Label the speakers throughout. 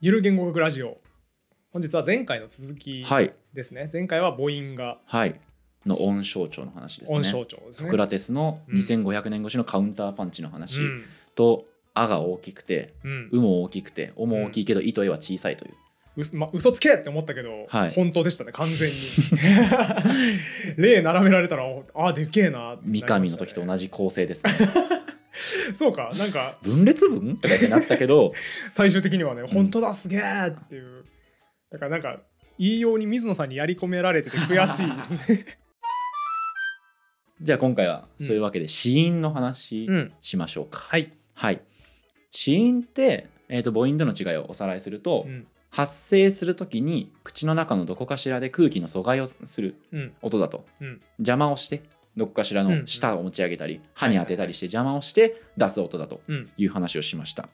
Speaker 1: ゆる言語学ラジオ本日は前回の続き
Speaker 2: はい
Speaker 1: ですね、前回は母音が
Speaker 2: はいの音象徴の話ですね
Speaker 1: 音象徴です
Speaker 2: ソ
Speaker 1: ね
Speaker 2: クラテスの
Speaker 1: うん
Speaker 2: 2500年越しのカウンターパンチの話
Speaker 1: うん
Speaker 2: と「あ」が大きくて
Speaker 1: うん
Speaker 2: 「う」も大きくて「お」も大きいけど「い」と「え」は小さいという
Speaker 1: うすま、嘘つけって思ったけど、
Speaker 2: はい
Speaker 1: 本当でしたね完全に 例並べられたらおあでけえなってなりまし
Speaker 2: 三
Speaker 1: たね
Speaker 2: 上の時と同じ構成ですね
Speaker 1: そうかなんか
Speaker 2: 分裂文とかってなったけど
Speaker 1: 最終的にはね本当だすげえっていうだからなんかいいように水野さんにやり込められてて悔 しいですね、
Speaker 2: じゃあ今回はそういうわけで子音の話
Speaker 1: うん、
Speaker 2: しましょうか、
Speaker 1: はい、
Speaker 2: はい、子音って、えー、と母音との違いをおさらいすると、
Speaker 1: うん
Speaker 2: 発声するときに口の中のどこかしらで空気の阻害をする
Speaker 1: うん
Speaker 2: 音だと、
Speaker 1: うん
Speaker 2: 邪魔をしてどこかしらの舌を持ち上げたり、歯に当てたりして邪魔をして出す音だと
Speaker 1: うん
Speaker 2: いう話をしました。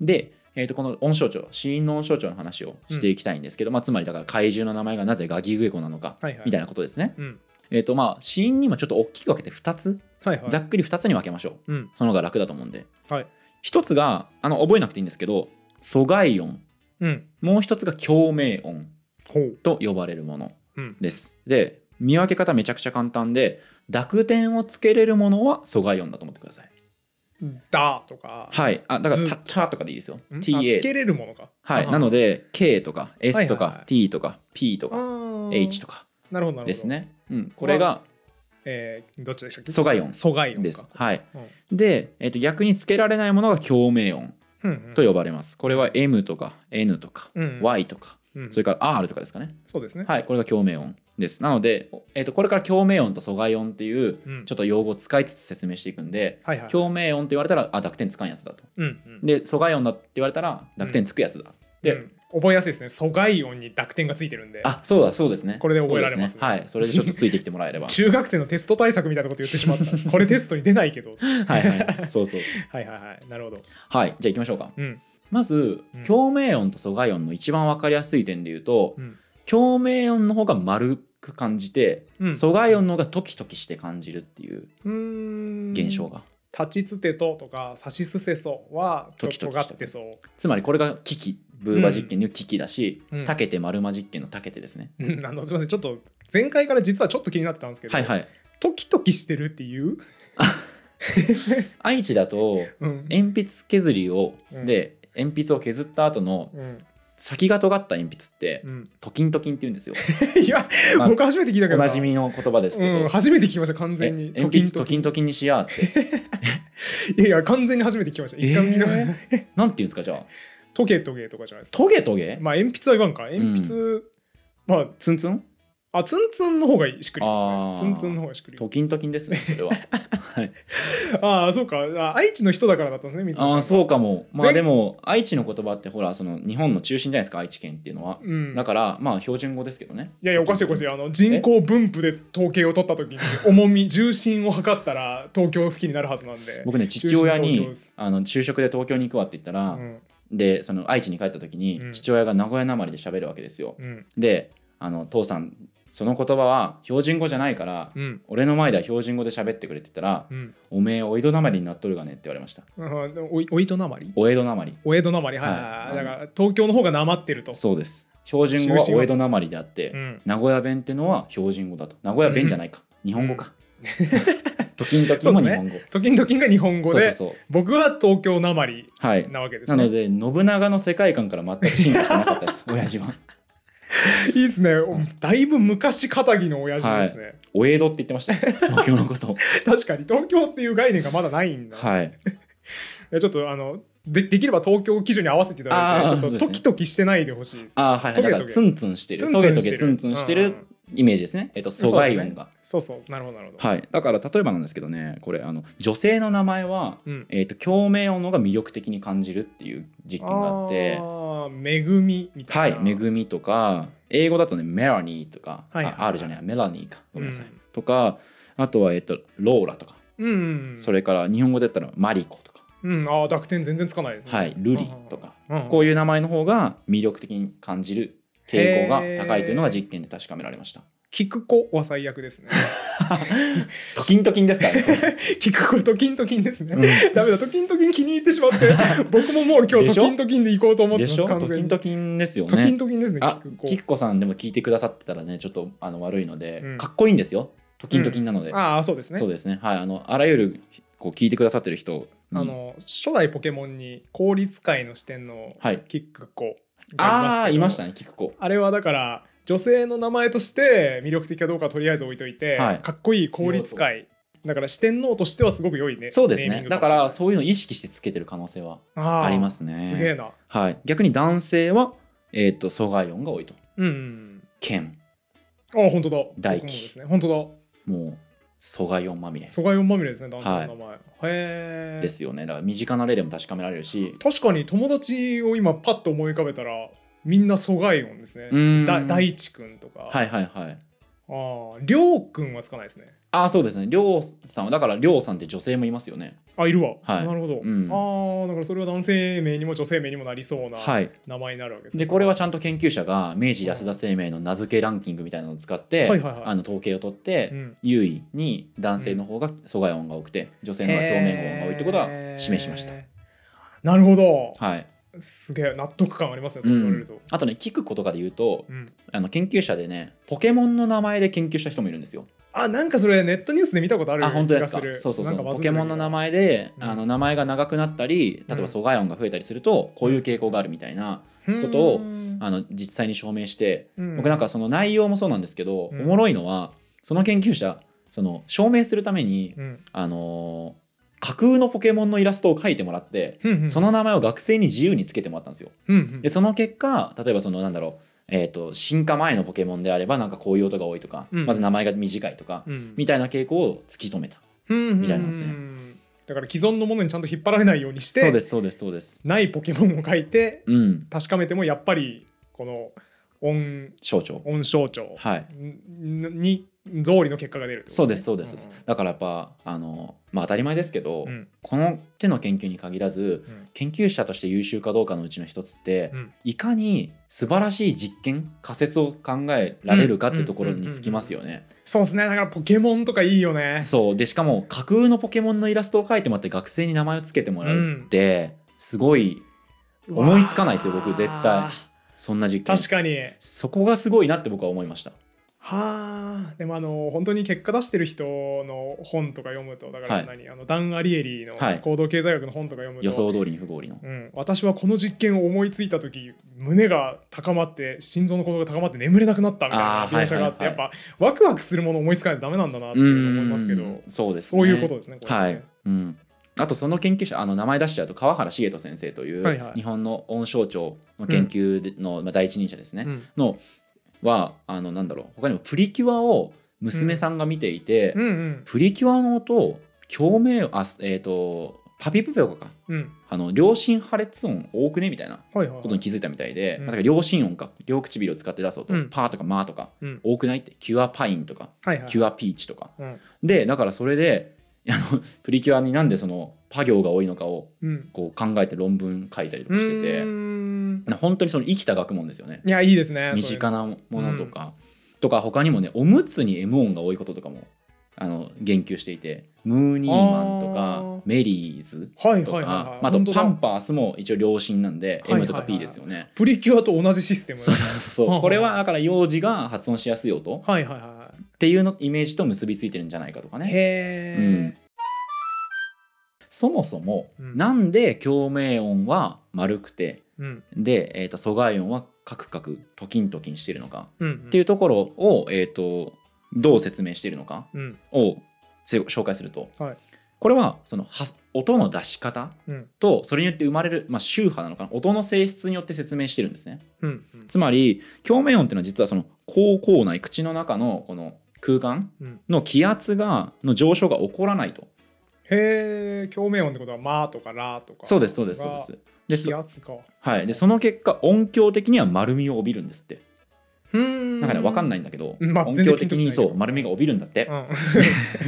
Speaker 2: で、えー、とこの音象徴子音の音象徴の話をしていきたいんですけど、まあ、つまりだから怪獣の名前がなぜガギグエコなのか
Speaker 1: はいはい
Speaker 2: みたいなことですね。
Speaker 1: うん
Speaker 2: えーとまあ、子音にもちょっと大きく分けて2つ、
Speaker 1: はいはい
Speaker 2: ざっくり2つに分けましょう。
Speaker 1: うん
Speaker 2: その方が楽だと思うんで、
Speaker 1: はい
Speaker 2: 一つがあの覚えなくていいんですけど阻害音
Speaker 1: うん
Speaker 2: もう一つが共鳴音
Speaker 1: ほう
Speaker 2: と呼ばれるもの
Speaker 1: うん
Speaker 2: です、で見分け方めちゃくちゃ簡単で濁点をつけれるものは阻害音だと思ってください
Speaker 1: だとか
Speaker 2: はいあだから
Speaker 1: ず
Speaker 2: 「た」たとかでいいですよ
Speaker 1: んあ
Speaker 2: TA
Speaker 1: つけれるものか
Speaker 2: はい
Speaker 1: あ
Speaker 2: なので「K」とか「
Speaker 1: はい
Speaker 2: S」と
Speaker 1: はいは
Speaker 2: か
Speaker 1: い
Speaker 2: 「T」とか「P」と
Speaker 1: あ
Speaker 2: か
Speaker 1: ー
Speaker 2: 「H」とか
Speaker 1: なるほどなるほど
Speaker 2: ですね、うん、これが
Speaker 1: えーどっちでしたっけ
Speaker 2: 阻害音
Speaker 1: 阻害音か
Speaker 2: ですはい
Speaker 1: うん
Speaker 2: で、えっと逆につけられないものが共鳴音
Speaker 1: うんうん
Speaker 2: と呼ばれますこれは M とか N とか
Speaker 1: うん
Speaker 2: Y とか
Speaker 1: うん
Speaker 2: それから R とかですかね。
Speaker 1: そうですね
Speaker 2: はい、これが共鳴音です。なので、おえー、とこれから共鳴音と阻害音っていう、
Speaker 1: うん
Speaker 2: ちょっと用語を使いつつ説明していくんで、
Speaker 1: はいはい
Speaker 2: 共鳴音って言われたら、あ、濁点つかんやつだと。
Speaker 1: うんうん
Speaker 2: で、阻害音だって言われたら、濁点つくやつだ。で、
Speaker 1: うん覚えやすいですね阻害音に濁点がついてるんで
Speaker 2: あ、そうだ、そうですね。
Speaker 1: これで覚えられますね
Speaker 2: そうではい、それでちょっとついてきてもら えれば。
Speaker 1: 中学生のテスト対策みたいなこと言ってしまった これテストに出ないけど
Speaker 2: はいはい、そうそうそう。
Speaker 1: はいはいはいなるほど
Speaker 2: はい、じゃあ行きましょうか。
Speaker 1: うん
Speaker 2: まず
Speaker 1: うん、
Speaker 2: 共鳴音と阻害音の一番わかりやすい点で言うと、
Speaker 1: うん
Speaker 2: 共鳴音の方が丸く感じて、
Speaker 1: うん
Speaker 2: 阻害音の方がトキトキして感じるっていう
Speaker 1: うーん
Speaker 2: 現象が。
Speaker 1: 立ちつてととかさしすせそはちょっと
Speaker 2: 時
Speaker 1: 尖
Speaker 2: 々
Speaker 1: っ
Speaker 2: して
Speaker 1: てそ
Speaker 2: つまりこれが危機ブーバ実験の危機だし、
Speaker 1: うん
Speaker 2: タケテ丸間実験のタケテですね、
Speaker 1: ううんあのすみませんちょっと前回から実はちょっと気になってたんですけど
Speaker 2: はいはい
Speaker 1: トキトキしてるっていう
Speaker 2: 愛知 だと
Speaker 1: うん
Speaker 2: 鉛筆削りを、
Speaker 1: うん
Speaker 2: で鉛筆を削った後の
Speaker 1: うん
Speaker 2: 先が尖った鉛筆って、
Speaker 1: うん
Speaker 2: トキントキンって言うんですよ
Speaker 1: いや
Speaker 2: まあ
Speaker 1: 僕初めて聞いたけど
Speaker 2: お
Speaker 1: な
Speaker 2: なじみの言葉ですけど、
Speaker 1: うん、初めて聞きました完
Speaker 2: え
Speaker 1: 全に
Speaker 2: 鉛筆トキントキンにしやーって
Speaker 1: いやいや完全に初めて聞きました 一回も聞いたことない、
Speaker 2: なんて言うんですかじゃあ
Speaker 1: トゲトゲとかじゃないですか
Speaker 2: トゲトゲ、
Speaker 1: まあ鉛筆は言わんか鉛筆、まあ
Speaker 2: ツンツン
Speaker 1: あツンツンの方がしくりますね
Speaker 2: あー
Speaker 1: ツンツンの方がしくり
Speaker 2: トキントキンですね それは
Speaker 1: ああそうかあ愛知の人だからだったんですね水野さん
Speaker 2: ああそうかもまあ
Speaker 1: 全
Speaker 2: でも愛知の言葉ってほらその日本の中心じゃないですか愛知県っていうのは、
Speaker 1: うん、
Speaker 2: だからまあ標準語ですけどね
Speaker 1: いやいやおかしいおかしいあの人口分布で統計を取った時に重み重心を測ったら東京付近になるはずなんで
Speaker 2: 僕ね父親
Speaker 1: 中心東京
Speaker 2: に
Speaker 1: です
Speaker 2: あの就職で東京に行くわって言った
Speaker 1: う
Speaker 2: ら、
Speaker 1: ん
Speaker 2: でその愛知に帰った時に、
Speaker 1: うん
Speaker 2: 父親が名古屋なまりで喋るわけですよ、
Speaker 1: うん
Speaker 2: であの父さんその言葉は標準語じゃないから、
Speaker 1: うん
Speaker 2: 俺の前では標準語で喋ってくれって言ったら、
Speaker 1: うん
Speaker 2: おめえお江戸なまりになっとるがねって言われました
Speaker 1: うんでもおいおいとなまり
Speaker 2: お江戸なまり
Speaker 1: お江戸なまりはいはいはい、
Speaker 2: はい
Speaker 1: だから東京の方がなまってると
Speaker 2: そうです標準語はお江戸なまりであって、
Speaker 1: うん
Speaker 2: 名古屋弁ってのは標準語だと名古屋弁じゃないか、日本語かときんときも日本語
Speaker 1: 時々が日本語
Speaker 2: そう
Speaker 1: で
Speaker 2: そうそう
Speaker 1: 僕は東京なまり
Speaker 2: はい
Speaker 1: なわけです
Speaker 2: な
Speaker 1: ね
Speaker 2: ので信長の世界観から全く進化してなかったです 親父はい
Speaker 1: いですね、だいぶ昔かたぎの親父ですね、
Speaker 2: お江戸って言って ましたよ東京のことを
Speaker 1: 確かに東京っていう概念がまだないんだ、い
Speaker 2: はい
Speaker 1: やちょっとあのでできれば東京基準に合わせていただいて
Speaker 2: あー
Speaker 1: ちょっ
Speaker 2: そ
Speaker 1: と
Speaker 2: うです
Speaker 1: ト
Speaker 2: ね
Speaker 1: キトキしてないでほしいです
Speaker 2: あーはいは
Speaker 1: トゲト
Speaker 2: い
Speaker 1: ゲ
Speaker 2: だからツンツンしてる
Speaker 1: ツン
Speaker 2: ト
Speaker 1: ツ
Speaker 2: ゲ
Speaker 1: ン
Speaker 2: ト
Speaker 1: してる
Speaker 2: ゲツンツンして
Speaker 1: うん
Speaker 2: るイメージですねえっと
Speaker 1: そう
Speaker 2: 阻
Speaker 1: だね
Speaker 2: 害音が
Speaker 1: そうそうなるほどなるほど、
Speaker 2: はいだから例えばなんですけどねこれあの女性の名前は
Speaker 1: うん、
Speaker 2: えっと共鳴音の方が魅力的に感じるっていう実験があって
Speaker 1: あー恵みみた
Speaker 2: はいい
Speaker 1: な
Speaker 2: 「恵み」とか英語だとね「メラニー」とか
Speaker 1: はいはい
Speaker 2: あ R じゃないメラニーかごめんなさい
Speaker 1: うん
Speaker 2: とかあとはえっとローラとか
Speaker 1: うん
Speaker 2: それから日本語で言ったらマリコとか
Speaker 1: うんああ濁点全然つかないですね
Speaker 2: はいルリとかこ
Speaker 1: いう
Speaker 2: いう名前の方が魅力的に感じる傾向が高いというのが実験で確かめられました。
Speaker 1: 菊子は最悪ですね
Speaker 2: トキントキンですからねそれ
Speaker 1: 菊子とキントキンですね、
Speaker 2: う
Speaker 1: ダメだトキントキン気に入ってしま って僕ももう今日
Speaker 2: で
Speaker 1: ト
Speaker 2: しょ
Speaker 1: キントキンで行こう と思っ
Speaker 2: ん
Speaker 1: て
Speaker 2: で
Speaker 1: ます
Speaker 2: しょ
Speaker 1: 完
Speaker 2: トキ
Speaker 1: 全
Speaker 2: ン
Speaker 1: に
Speaker 2: トキンですよ
Speaker 1: トキン
Speaker 2: ね
Speaker 1: トキンですね
Speaker 2: あ
Speaker 1: 菊
Speaker 2: キ
Speaker 1: 子
Speaker 2: ッコさんでも聞いてくださってたらねちょっとあの悪いので、
Speaker 1: うん
Speaker 2: かっこいいんですよトキントキンなので、
Speaker 1: ああそうですね
Speaker 2: そうですねはいあのあらゆるこう聞いてくださってる人に
Speaker 1: あの初代ポケモンに効率界の視点の
Speaker 2: はい
Speaker 1: キック子
Speaker 2: ああーいました
Speaker 1: ね
Speaker 2: ねキッコ
Speaker 1: あれはだから女性の名前として魅力的かどうかはとりあえず置いといて、
Speaker 2: はい
Speaker 1: かっこいい効率界だから四天王としてはすごく良いね
Speaker 2: そうです
Speaker 1: ネーミ
Speaker 2: ね
Speaker 1: ング
Speaker 2: だ
Speaker 1: も
Speaker 2: か
Speaker 1: しれない
Speaker 2: らそういうのを意識してつけてる可能性は
Speaker 1: あー
Speaker 2: ありますね
Speaker 1: すげえな
Speaker 2: はい、逆に男性は、えー、と阻害音が多いと
Speaker 1: うん
Speaker 2: 剣
Speaker 1: ああ本当だ
Speaker 2: 大
Speaker 1: 僕も
Speaker 2: 輝
Speaker 1: ですね本当だ
Speaker 2: もう阻害音まみれ
Speaker 1: 疎外音まみれですね男性の名前、へえ
Speaker 2: ですよねだから身近な例でも確かめられるし
Speaker 1: 確かに友達を今パッと思い浮かべたらみんな疎外音ですね
Speaker 2: うーん
Speaker 1: だ大地くんとか、
Speaker 2: はいはいはい
Speaker 1: あありょうくんはつかないですね
Speaker 2: ああそうですねりょうさんはだからりょうさんって女性もいますよね
Speaker 1: あいるわ、
Speaker 2: はい
Speaker 1: なるほど、
Speaker 2: うん
Speaker 1: ああだからそれは男性名にも女性名にもなりそうな
Speaker 2: はい
Speaker 1: 名前になるわけですね
Speaker 2: でこれはち
Speaker 1: ゃん
Speaker 2: ゃんと研究者が明治安田生命の名付けランキングみたいなのを使って、
Speaker 1: はいはいはい
Speaker 2: あの統計を取って、
Speaker 1: うん
Speaker 2: 優位に男性の方が阻害音が多くて女性の方が共鳴音が多いってことは示しました。
Speaker 1: へーなるほど、
Speaker 2: はい
Speaker 1: すげえ納得感ありますねそう言われると、
Speaker 2: あとね聞くことかで言うと
Speaker 1: うん
Speaker 2: あの研究者でねポケモンの名前で研究した人もいるんですよ。
Speaker 1: あなんかそれネットニュースで見たことある
Speaker 2: あ本当ですか
Speaker 1: 気がる
Speaker 2: そうそうそ
Speaker 1: なんか
Speaker 2: う
Speaker 1: バ
Speaker 2: ポ
Speaker 1: ズって
Speaker 2: ケ
Speaker 1: る
Speaker 2: モンの名前で、
Speaker 1: うん
Speaker 2: あの名前が長くなったり例えば阻害音が増えたりすると、こういう傾向があるみたいなことを
Speaker 1: うん
Speaker 2: あの実際に証明して、
Speaker 1: う
Speaker 2: 僕なんかその内容もそうなんですけど、
Speaker 1: うん
Speaker 2: おもろいのはその研究者その証明するために、
Speaker 1: うん
Speaker 2: あのー架空のポケモンのイラストを描いてもらって、
Speaker 1: うんうん
Speaker 2: その名前を学生に自由につけてもらったんですよ。
Speaker 1: うんうん
Speaker 2: でその結果例えばそのなんだろうえー、と進化前のポケモンであればなんかこういう音が多いとか、
Speaker 1: うん
Speaker 2: まず名前が短いとか、
Speaker 1: うん
Speaker 2: みたいな傾向を突き止めた
Speaker 1: み
Speaker 2: たいなんですね
Speaker 1: だから既存のものにちゃんと引っ張られないようにし
Speaker 2: そうで
Speaker 1: て
Speaker 2: すそうですそうです
Speaker 1: ないポケモンを書いて
Speaker 2: うん
Speaker 1: 確かめてもやっぱりこの音
Speaker 2: 象徴
Speaker 1: 音象徴
Speaker 2: はい
Speaker 1: んに通りの結果が出るって
Speaker 2: そ
Speaker 1: こと
Speaker 2: うですそうです、
Speaker 1: ね
Speaker 2: だからやっぱあのまあ当たり前ですけど、
Speaker 1: うんうん
Speaker 2: この手の研究に限らず
Speaker 1: うん
Speaker 2: 研究者として優秀かどうかのうちの一つって、
Speaker 1: うん
Speaker 2: いかに素晴らしい実験仮説を考えられるかってところにつきますよね。
Speaker 1: そうですねだからポケモンとかいいよね
Speaker 2: そうでしかも架空のポケモンのイラストを描いてもらって学生に名前をつけてもらうって、すごい思いつかないですよ
Speaker 1: うわー
Speaker 2: 僕絶対そんな実験
Speaker 1: 確かに
Speaker 2: そこがすごいなって僕は思いました。
Speaker 1: はあでもあの本当に結果出してる人の本とか読むとだから何、あのダン・アリエリー
Speaker 2: はい
Speaker 1: の行動経済学の本とか読むと、
Speaker 2: 予想通りに不合理の。
Speaker 1: うん、私はこの実験を思いついた時胸が高まって心臓の鼓動が高まって眠れなくなったみたい
Speaker 2: あ
Speaker 1: な
Speaker 2: ー
Speaker 1: 描写があって
Speaker 2: はい
Speaker 1: や
Speaker 2: は
Speaker 1: っ
Speaker 2: いは
Speaker 1: ぱワクワクするものを思いつかないとダメなんだなって
Speaker 2: う
Speaker 1: いうのを
Speaker 2: ん
Speaker 1: 思いますけど
Speaker 2: そうです、ね、
Speaker 1: そういうことですねこれね
Speaker 2: はい、うん、あとその研究者あの名前出しちゃうと川原茂人先生とい
Speaker 1: はいはい
Speaker 2: う日本の音象徴の研究の、まあ、第一人者ですね、
Speaker 1: うん
Speaker 2: のはあのなんだろう他にもプリキュアを娘さんが見ていて、
Speaker 1: うんうん
Speaker 2: プリキュアの音を共鳴あすえっ、とパピプペコか
Speaker 1: うん
Speaker 2: あの両親破裂音多くねみたいな
Speaker 1: はいはい
Speaker 2: ことに気づいたみたいで、
Speaker 1: うん
Speaker 2: だから両親音か両唇を使って出そうと、
Speaker 1: うん
Speaker 2: パーとかマーとか
Speaker 1: うん
Speaker 2: 多くないってキュアパインとか、
Speaker 1: はいはい
Speaker 2: キュアピーチとか
Speaker 1: うん
Speaker 2: でだからそれで あのプリキュアになんでそのパ行が多いのかを
Speaker 1: うん
Speaker 2: こう考えて論文書いたりと
Speaker 1: う
Speaker 2: かしてて
Speaker 1: ーん
Speaker 2: な本当にその生きた学問ですよね
Speaker 1: いやいいですね
Speaker 2: 身近なものとか、とか他にもねおむつに M 音が多いこととかもあの言及していてムーニーマンと
Speaker 1: あ
Speaker 2: か
Speaker 1: ー
Speaker 2: メリーズ
Speaker 1: そういうの
Speaker 2: と
Speaker 1: はいはいはいは
Speaker 2: か
Speaker 1: い
Speaker 2: まああ
Speaker 1: 本
Speaker 2: と
Speaker 1: 当だ
Speaker 2: パンパースも一応良心なんで
Speaker 1: はいはい
Speaker 2: M とか P ですよね。
Speaker 1: プリキュアと同じシステム
Speaker 2: そうそうそう
Speaker 1: はあ
Speaker 2: そ
Speaker 1: は
Speaker 2: う
Speaker 1: あ
Speaker 2: これはだから幼児が発音しやすい音
Speaker 1: はいはいは
Speaker 2: っていうのイメージと結びついてるんじゃないかとか
Speaker 1: い
Speaker 2: ね。
Speaker 1: へ
Speaker 2: う
Speaker 1: え
Speaker 2: んそもそも、
Speaker 1: うん
Speaker 2: なんで共鳴音は丸くて
Speaker 1: うん
Speaker 2: で、えー、と阻害音はカクカクトキントキンしてるのか
Speaker 1: うん
Speaker 2: っていうところを、えー、とどう説明しているのか
Speaker 1: うん
Speaker 2: をせ紹介すると、
Speaker 1: はい
Speaker 2: これはそのは音の出し方
Speaker 1: うん
Speaker 2: とそれによって生まれる、まあ、周波なのかな音の性質によって説明してるんですね。
Speaker 1: うんうん
Speaker 2: つまり共鳴音っていうのは実はその口腔内口の中のこの空間
Speaker 1: うん
Speaker 2: の気圧がの上昇が起こらないと。
Speaker 1: へえ共鳴音ってことは「ま」とか「ら」とか
Speaker 2: そうですそうですそうです。でそ
Speaker 1: 気圧か
Speaker 2: はい、でその結果音響的には丸みを帯びるんですって
Speaker 1: うん
Speaker 2: なんかね分かんないんだけど、
Speaker 1: うんまあ
Speaker 2: 音
Speaker 1: 全
Speaker 2: 響
Speaker 1: 然ピン
Speaker 2: 的
Speaker 1: ときてな
Speaker 2: に
Speaker 1: いけど
Speaker 2: そう丸みが帯びるんだって、
Speaker 1: うん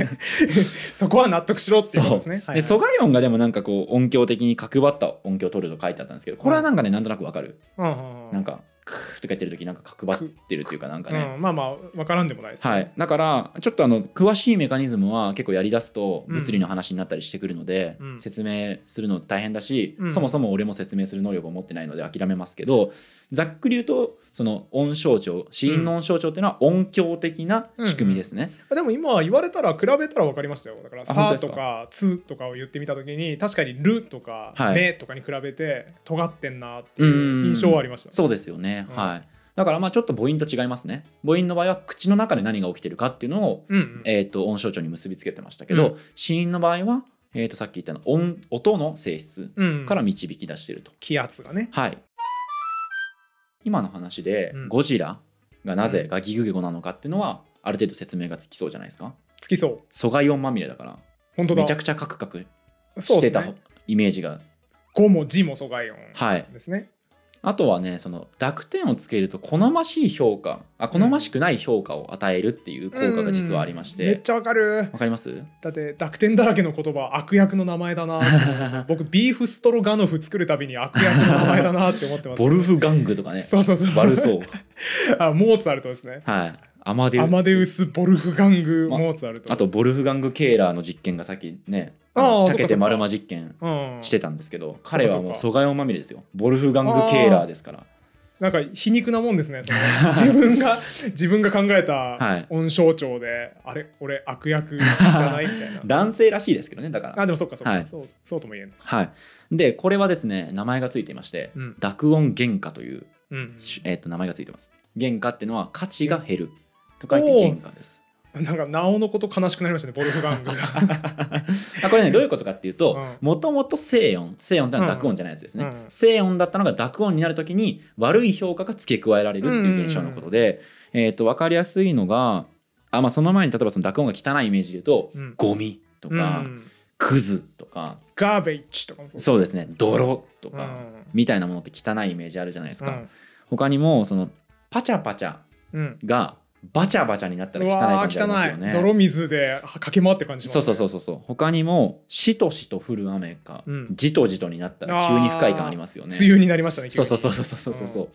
Speaker 1: そこは納得しろっていうこと
Speaker 2: そう
Speaker 1: ですね。はいはい
Speaker 2: で阻害音がでもなんかこう音響的に角張った音響を取ると書いてあったんですけどこれはなんかねなんとなく分かる、
Speaker 1: うんうんうん
Speaker 2: なんかクーとか言ってる時なんか角張ってるっていうかなんかね、
Speaker 1: うん、まあまあ分からんでもないです、ね
Speaker 2: はい、だからちょっとあの詳しいメカニズムは結構やりだすと物理の話になったりしてくるので、
Speaker 1: うんうん
Speaker 2: 説明するの大変だし、
Speaker 1: うん
Speaker 2: そもそも俺も説明する能力を持ってないので諦めますけどざっくり言うとその音象徴子音の音象徴っていうのは音響的な仕組みですね。
Speaker 1: あでも今言われたら比べたら分かりましたよだから「
Speaker 2: 本当
Speaker 1: さ」
Speaker 2: です
Speaker 1: と
Speaker 2: か
Speaker 1: か「つ」とかを言ってみた時に確かに「る」とか「
Speaker 2: はい
Speaker 1: ね」とかに比べて尖ってんなっていう印象はありました、
Speaker 2: そうですよね、
Speaker 1: うん
Speaker 2: はいだからまあちょっと母音と違いますね母音の場合は口の中で何が起きてるかっていうのを、
Speaker 1: うんうん
Speaker 2: えー、と音象徴に結びつけてましたけど、
Speaker 1: う
Speaker 2: 子音の場合は、えー、とさっき言ったの音音の性質
Speaker 1: うん、
Speaker 2: から導き出してると。
Speaker 1: 気圧がね
Speaker 2: はい、今の話で、
Speaker 1: うん
Speaker 2: ゴジラがな
Speaker 1: う
Speaker 2: ぜ
Speaker 1: ん
Speaker 2: ガギグゲゴなのかっていうのはある程度説明がつきそうじゃないですか
Speaker 1: つきそう
Speaker 2: 疎外音まみれだから
Speaker 1: 本当だ
Speaker 2: めちゃくちゃカクカク
Speaker 1: そ
Speaker 2: し
Speaker 1: うで
Speaker 2: て
Speaker 1: す
Speaker 2: た、
Speaker 1: ね
Speaker 2: イメージが
Speaker 1: 5も字も疎外音
Speaker 2: はい
Speaker 1: ですね、
Speaker 2: あとはねその濁点をつけると好ましい評価あ好ましくない評価を与えるっていう効果が実はありま
Speaker 1: う
Speaker 2: し
Speaker 1: んめ
Speaker 2: て
Speaker 1: っちゃわかる
Speaker 2: わか ります
Speaker 1: だって濁点だらけの言葉悪役の名前だなって思いますね僕ビーフストロガノフ作るたびに悪役の名前だなって思ってます
Speaker 2: ボルフガングとかね
Speaker 1: そうそうそう
Speaker 2: 悪そう
Speaker 1: あモーツァルトですね
Speaker 2: はいアマデウス
Speaker 1: アマデウス・ボルフガング・
Speaker 2: ま
Speaker 1: モーツァルト
Speaker 2: あとボルフガング・ケーラーの実験がさっきねあ
Speaker 1: あ
Speaker 2: の
Speaker 1: あ
Speaker 2: タケ
Speaker 1: そっかそ
Speaker 2: テ
Speaker 1: っか
Speaker 2: マルマ実験
Speaker 1: うん
Speaker 2: してたんですけ
Speaker 1: そ
Speaker 2: ど、
Speaker 1: うか
Speaker 2: 彼はもう疎外音まみれですよ。ボルフガング・ケーラーですから。
Speaker 1: なんか皮肉なもんですねその自分が 自分が考え
Speaker 2: はい
Speaker 1: た音象徴で、あれ俺悪役じゃないみたい な
Speaker 2: 男性らしいですけどね、だから
Speaker 1: あ。でもそっかそっか、
Speaker 2: はい
Speaker 1: そうそうとも言えんの
Speaker 2: はい。で、これはですね、名前がついていまして、
Speaker 1: うん
Speaker 2: 濁音原価という、
Speaker 1: うん
Speaker 2: えっと名前がついてます。原価っていうのは価値が減ると書いて原価です。
Speaker 1: なんかなおのこと悲しくなりましたねボルフガングが
Speaker 2: あこ れね、どういうことかっていうと
Speaker 1: うん、
Speaker 2: もともと正音、正音ってのは濁音じゃないやつですね。
Speaker 1: うん
Speaker 2: 正音だったのが濁音になるときに悪い評価が付け加えられるっていう現象のことで、えっと、わかりやすいのが、あまあ、その前に例えばその濁音が汚いイメージで言うと、
Speaker 1: うん
Speaker 2: ゴミと
Speaker 1: う
Speaker 2: か、
Speaker 1: ん
Speaker 2: クズとか
Speaker 1: ガーベイチとかもそう
Speaker 2: そうですね泥と
Speaker 1: う
Speaker 2: か、
Speaker 1: ん
Speaker 2: みたいなものって汚いイメージあるじゃないですか、
Speaker 1: うん
Speaker 2: 他にもそのパチャパチャ
Speaker 1: うん
Speaker 2: がバチャバチャになったら
Speaker 1: う
Speaker 2: 汚い
Speaker 1: わ
Speaker 2: 感じあります
Speaker 1: ー
Speaker 2: よ
Speaker 1: 汚
Speaker 2: ね
Speaker 1: い泥水で駆け回ってる感じします、
Speaker 2: そう
Speaker 1: ね、
Speaker 2: そうそうそうそう他にもしとしと降る雨か、
Speaker 1: うん
Speaker 2: じとじとになったら急に不快感ありますよね
Speaker 1: 梅雨になりましたね
Speaker 2: そうそうそううそうそうそうそう、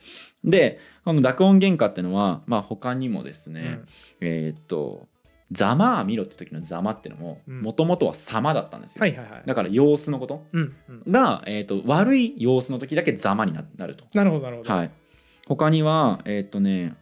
Speaker 2: でこの濁音原価っていうのはまあ他にもです
Speaker 1: う
Speaker 2: ね、
Speaker 1: ん
Speaker 2: えーっと「ざまあ見ろ」って時の「ざま」ってのも
Speaker 1: うん
Speaker 2: もともとは「さま」だったんですよ、
Speaker 1: はいはいはい
Speaker 2: だから様子のこと
Speaker 1: うんうん
Speaker 2: が、えー、と悪い様子の時だけざまにななると。
Speaker 1: なるほどなるほど、
Speaker 2: はい、他には、えっ、とね、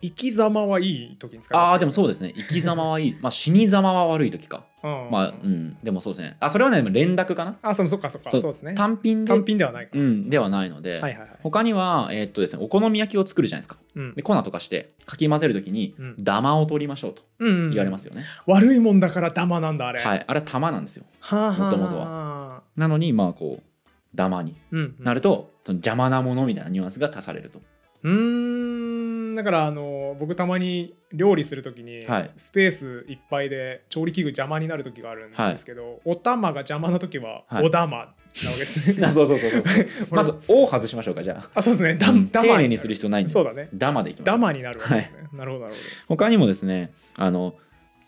Speaker 1: 生き様はいい時に使います
Speaker 2: ああ、でもそうですね、生き様はい い、まあ、死に様は悪い時か。
Speaker 1: う、うん
Speaker 2: まあ、うん、でもそうですね。あ、それはね、連絡かな。
Speaker 1: あそうそっかそっか
Speaker 2: そ
Speaker 1: そううですね
Speaker 2: 単品で
Speaker 1: 単品ではないか、
Speaker 2: うん、ではないので、
Speaker 1: はいはいはい、
Speaker 2: 他には、えっ、とですね、お好み焼きを作るじゃないですか。
Speaker 1: うん
Speaker 2: で、粉とかして、かき混ぜる時に
Speaker 1: うん、
Speaker 2: ダマを取りましょうと
Speaker 1: うんうん
Speaker 2: 言われますよね。
Speaker 1: 悪いもんだからダマなんだあれ
Speaker 2: はいい、あれは玉なんですよ。
Speaker 1: も
Speaker 2: 元々
Speaker 1: は
Speaker 2: なのに、まあ、こう、ダマに
Speaker 1: うん
Speaker 2: なると、その邪魔なものみたいなニュアンスが足され ると。
Speaker 1: うーんだからあの僕たまに料理するときに、
Speaker 2: はい
Speaker 1: スペースいっぱいで調理器具邪魔になる時があるんですけど、お玉が邪魔な時は、
Speaker 2: はい
Speaker 1: お玉なわけですね
Speaker 2: あそうそうそうそうそう。 まず、おを外しましょうか、じゃあ。
Speaker 1: あそうですねだ、
Speaker 2: うん丁
Speaker 1: ダマ
Speaker 2: 寧にする必要ないんで
Speaker 1: そうだね
Speaker 2: ダマでいきましょ
Speaker 1: ダ
Speaker 2: う
Speaker 1: マになるわけですね、なるほどなるほ
Speaker 2: 他にもですねあの